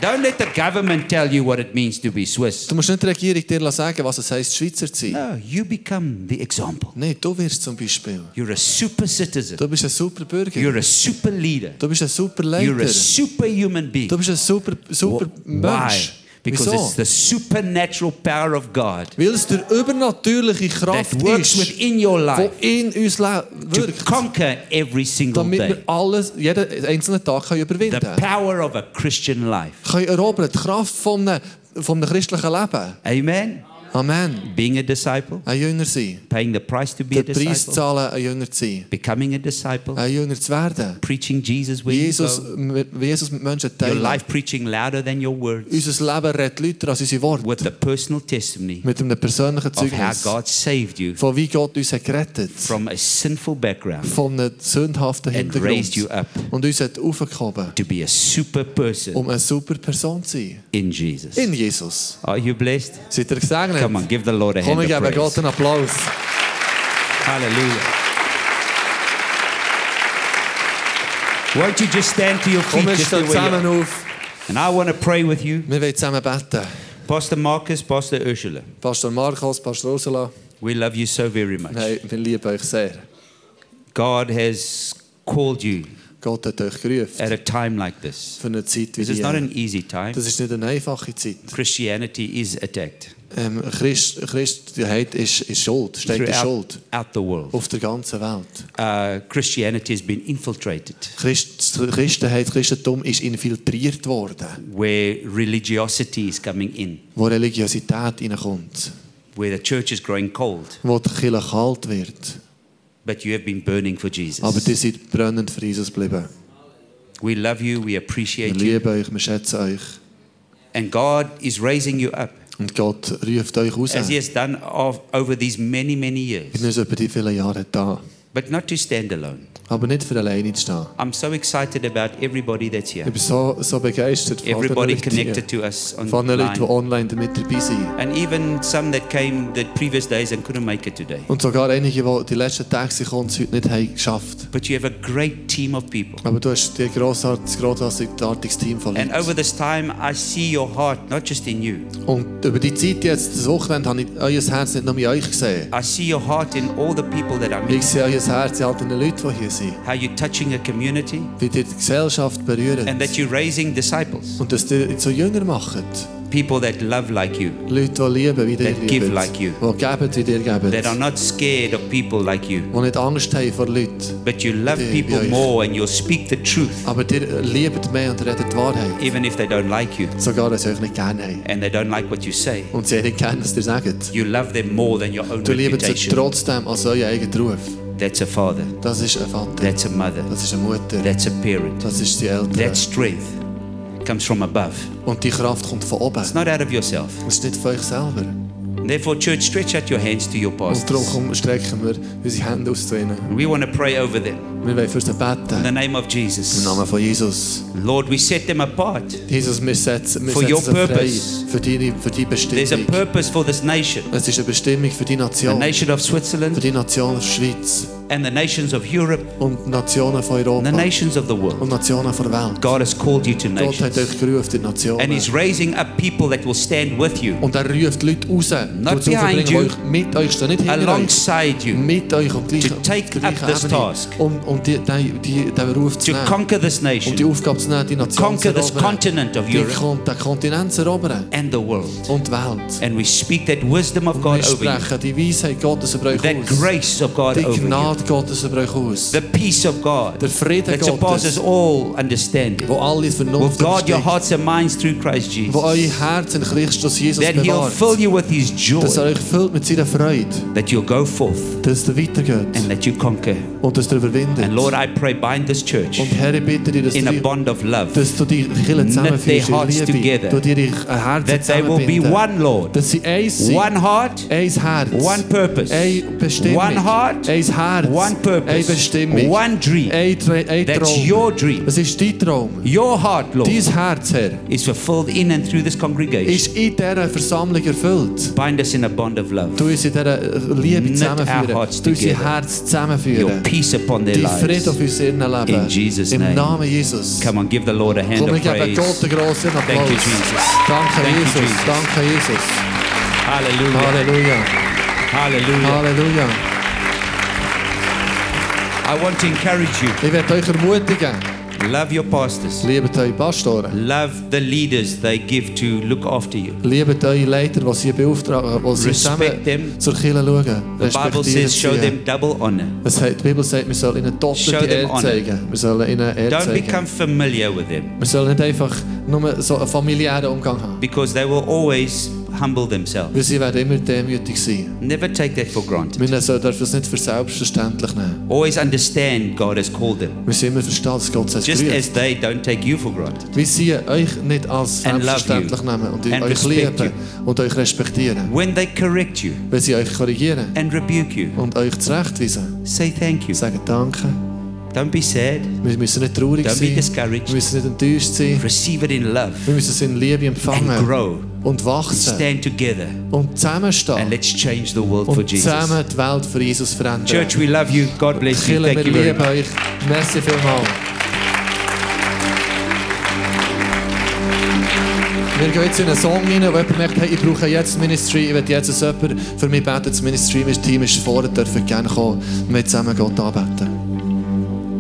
A: Don't let the government tell you what it means to be Swiss.
B: Du musst nicht die Regierung dir sagen, was es heisst, Schweizer zu sein.
A: No, you become the example.
B: Nein, du wirst zum Beispiel.
A: You're a super citizen.
B: Du bist ein super Bürger.
A: You're a super leader.
B: Du bist ein super
A: You're a
B: Leiter.
A: super human being.
B: Du bist ein super, super
A: Why?
B: Mensch.
A: Because it's
B: Wieso?
A: the supernatural power of God
B: Weil es der übernatürliche
A: that
B: Kraft
A: works
B: ist,
A: within your
B: die
A: life
B: in uns le-
A: to
B: wirkt,
A: conquer every single
B: damit wir
A: day.
B: alles, jeden einzelnen Tag können
A: The
B: überwinden können.
A: power of a Christian life.
B: Können erobern, die Kraft von einem, von einem christlichen Leben.
A: Amen.
B: Amen.
A: Being a disciple,
B: Ein Jünger sein.
A: paying the price to be a
B: Den Preis
A: disciple,
B: zahlen, ein Jünger zu sein.
A: becoming a disciple,
B: Ein Jünger zu werden.
A: preaching Jesus where you
B: Uh, Jesus,
A: go,
B: mit- Jesus mit Menschen
A: your
B: teilen.
A: life preaching louder than your words,
B: Unser Leben redet Leute als unsere Worte.
A: with the personal testimony
B: Mit einem persönlichen
A: of how
B: Zeugnis.
A: God saved you
B: Von wie Gott uns hat gerettet
A: from a sinful background
B: Von einem sündhaften
A: and raised you
B: Hintergrund.
A: up
B: Und uns hat aufgehoben,
A: to be a super person
B: um eine super Person zu sein.
A: in Jesus.
B: In Jesus.
A: Are you blessed?
B: Seid ihr gesegnet?
A: Come on, give the Lord a
B: Komm,
A: hand.
B: wir
A: Of
B: geben
A: praise.
B: Gott einen Applaus.
A: Hallelujah. Won't you just stand to your feet?
B: Komm, wir
A: Just the
B: stehen
A: way you are?
B: zusammen auf.
A: And I want to pray with you,
B: Wir wollen zusammen beten.
A: Pastor Marcus, Pastor Ursula.
B: Pastor Markus, Pastor Ursula.
A: We love you so very much.
B: Nein, wir lieben euch sehr.
A: God has called you
B: Gott hat euch gerufen.
A: at a time like this.
B: Für eine Zeit wie
A: This is not an
B: die.
A: easy time.
B: Das ist nicht eine einfache Zeit.
A: Christianity is attacked
B: Ähm, Christ, Christheit ist, ist Schuld. Steht in
A: throughout
B: Schuld.
A: out the world.
B: Auf der ganzen Welt.
A: Uh, Christianity has been infiltrated
B: Christ, Christenheit, Christentum ist infiltriert worden,
A: where religiosity is coming in,
B: wo Religiosität hineinkommt.
A: where the church is growing cold,
B: Wo die Kirche kalt wird.
A: but you have been burning for
B: Aber
A: Jesus.
B: die sind brennend für Jesus geblieben.
A: We love you, we
B: Wir
A: appreciate you,
B: lieben euch, wir schätzen euch.
A: and God is raising you up
B: Und Gott ruft euch raus.
A: as He
B: Wie
A: has done of, over these many, many years.
B: er es über die vielen Jahre da.
A: but not to stand alone.
B: aber nicht für alleine zu stehen.
A: I'm so excited about everybody that's
B: Ich
A: here,
B: bin so, so begeistert von allen
A: everybody
B: Leuten, hier.
A: connected to us
B: von den Leuten, die
A: online,
B: online damit dabei sind.
A: and even some that came the previous days and couldn't make it today.
B: Und sogar einige, die die letzten Tage sich uns heute nicht haben geschafft
A: But you have a great team of people.
B: Aber du hast ein grossartiges, grossartiges Team von
A: And over
B: Leuten.
A: this time, I see your heart, not just in you.
B: Und über die Zeit jetzt, das Wochenende, habe ich euer Herz nicht nur in euch gesehen.
A: I see your heart in all the people that I meet.
B: Ich sehe euer Herz in all den Leuten, die hier sind.
A: How you're touching a community
B: Wie ihr die Gesellschaft berührt.
A: and that you're raising disciples.
B: Und dass ihr zu Jünger macht.
A: People that love like you,
B: Leute, die lieben, wie ihr
A: That give
B: liebt.
A: like you.
B: Die geben, wie ihr
A: that are
B: gebt.
A: not scared of people like you,
B: Die nicht Angst haben vor Leuten.
A: but you love
B: Yeah,
A: people
B: yeah.
A: more and you'll speak the truth
B: Aber ihr liebt mehr und redet die Wahrheit.
A: even if they don't like you
B: Sogar, wenn sie euch nicht gerne haben.
A: and they don't like what you say.
B: Und sie haben nicht gerne, was ihr sagt.
A: You love them more than your own
B: Du liebst sie
A: reputation.
B: trotzdem als euren eigenen Ruf.
A: That's a father.
B: Das ist ein Vater.
A: That's a mother.
B: Das ist eine Mutter.
A: That's a parent.
B: Das ist die Eltern.
A: That strength comes from above.
B: Und die Kraft kommt von oben.
A: It's not out of yourself.
B: Das ist nicht von euch selber.
A: Therefore, church, stretch out your hands to your
B: Und darum
A: pastors.
B: komm, strecken wir unsere Hände aus zu ihnen.
A: We want to pray over them
B: Wir wollen für sie
A: in the
B: beten.
A: name of
B: Im
A: Jesus.
B: Namen von Jesus.
A: Lord, we set them apart.
B: Jesus, wir setzen, wir
A: For
B: setzen
A: your
B: sie frei
A: purpose.
B: für deine, für deine
A: There's a
B: Bestimmung.
A: purpose for this nation,
B: Es ist eine Bestimmung für die
A: the
B: Nation.
A: nation of
B: Für
A: Switzerland
B: die Nation Schweiz.
A: and the nations of Europe
B: Und Nationen von
A: and the
B: Europa.
A: nations of the
B: Und
A: world.
B: Nationen von der Welt.
A: God has called you to
B: Gott hat
A: nations.
B: euch gerufen, die
A: And He's
B: Nationen.
A: raising up people that will stand with you,
B: Und er ruft die Leute raus.
A: Not
B: die
A: behind
B: verbringen, die
A: you.
B: euch mit euch stehen, nicht hinter euch.
A: alongside you,
B: mit euch und gleich,
A: To take
B: auf der gleichen
A: up this
B: Ebene,
A: task.
B: um, um die, die, die, den Beruf zu
A: to
B: nehmen,
A: conquer this
B: um die
A: nation
B: Aufgabe zu nehmen, die Nation zu
A: Conquer this
B: erobern,
A: continent of
B: die
A: Europe.
B: Kon den Kontinent zu erobern
A: and the world.
B: und die Welt.
A: And we speak that wisdom of God
B: Wir
A: over you,
B: sprechen die Weisheit Gottes über euch
A: that
B: aus,
A: grace of God
B: die
A: over you,
B: Gnade Gottes über euch aus,
A: the peace of God
B: der Friede
A: that surpasses
B: Gottes,
A: all understanding.
B: wo alle
A: Will
B: Vernunft
A: guard your
B: übersteigt,
A: hearts and minds through Christ
B: wo
A: Jesus.
B: euer Herz in Christus Jesus
A: That He'll fill
B: bewahrt,
A: you with His
B: dass er
A: joy,
B: euch füllt mit seiner Freude,
A: that you'll go forth
B: dass ihr weitergeht
A: and that you conquer.
B: und dass ihr überwindet.
A: And Lord,
B: Und
A: I pray, bind this church
B: Herr, ich bitte dich, dass
A: in a
B: du
A: bond of love,
B: dass du die Kirche zusammenführst
A: their
B: in
A: hearts
B: Liebe,
A: together.
B: du dir ein Herz
A: that they will be
B: zusammenbinden,
A: one Lord,
B: dass sie eins sind,
A: one heart,
B: ein Herz,
A: one purpose,
B: eine Bestimmung,
A: one heart,
B: ein Herz,
A: one
B: eine
A: purpose,
B: Bestimmung,
A: one dream.
B: ein, Tra- ein
A: That's
B: Traum.
A: your dream.
B: Es ist dein Traum.
A: Your heart, Lord,
B: Dein Herz, Herr,
A: is fulfilled in and through this congregation.
B: ist in dieser Versammlung erfüllt.
A: Bind us in a bond of love,
B: Du uns in dieser äh, Liebe
A: Knit our
B: zusammenführen,
A: hearts
B: du unser
A: together.
B: Herz
A: your
B: zusammenführen,
A: peace upon their
B: die Friede auf
A: lives.
B: uns ihren Leben.
A: In Jesus'
B: Im
A: name.
B: Namen Jesus.
A: Come on, give the Lord a hand
B: Komm,
A: of
B: wir geben
A: praise.
B: Gott einen grossen Applaus.
A: Thank you, Jesus.
B: Danke,
A: Thank you,
B: Jesus.
A: Jesus.
B: Danke, Jesus.
A: Hallelujah.
B: Halleluja.
A: Hallelujah.
B: Halleluja.
A: I want to encourage you.
B: Ich werde euch ermutigen,
A: Love your pastors.
B: liebet eure Pastoren,
A: Love the leaders they give to look after you.
B: liebet eure Leiter, die sie beauftragen, die sie
A: Respect
B: äh, zusammen
A: them.
B: zur Kirche schauen.
A: The Bible
B: Respektiert
A: says, show
B: sie.
A: them double honor.
B: Es heißt, die Bibel sagt, wir sollen ihnen
A: Show
B: doppelte
A: them
B: Ehre
A: honor.
B: zeigen. Wir sollen ihnen Ehre
A: Don't become
B: zeigen.
A: familiar with them
B: Wir sollen nicht einfach nur so einen familiären Umgang haben.
A: because they will always humble themselves.
B: Weil sie werden immer demütig sein.
A: Never take that for granted.
B: Wir sollen- dürfen es nicht für selbstverständlich nehmen.
A: Always understand God has called them,
B: Wir müssen immer verstehen, dass Gott es
A: just
B: grüßt.
A: as they don't take you for granted.
B: Wir sollen euch nicht als
A: And love
B: selbstverständlich nehmen und
A: And
B: euch
A: respect
B: lieben und euch respektieren.
A: When they correct you
B: Wenn sie euch korrigieren
A: and rebuke you,
B: und euch zurechtweisen,
A: say thank you.
B: sagen Danke.
A: Don't be sad.
B: Wir müssen nicht traurig
A: Don't be
B: sein. Wir
A: discouraged.
B: müssen nicht enttäuscht sein.
A: Receive it in love
B: Wir müssen es in Liebe
A: and
B: empfangen
A: grow.
B: und wachsen
A: Stand together
B: und
A: and
B: zusammenstehen
A: let's change the world for
B: und
A: Jesus.
B: zusammen die Welt für Jesus verändern.
A: Church, we love you. God bless you.
B: Kirche, wir
A: Thank you very
B: lieben
A: much.
B: euch. Merci vielmals. Wir gehen jetzt in einen Song rein, wo jemand merkt, hey, ich brauche jetzt Ministry, ich will jetzt, dass jemand für mich betet. Das Ministry-Team ist vorne, dürfen gerne kommen. Wir wollen zusammen Gott anbeten.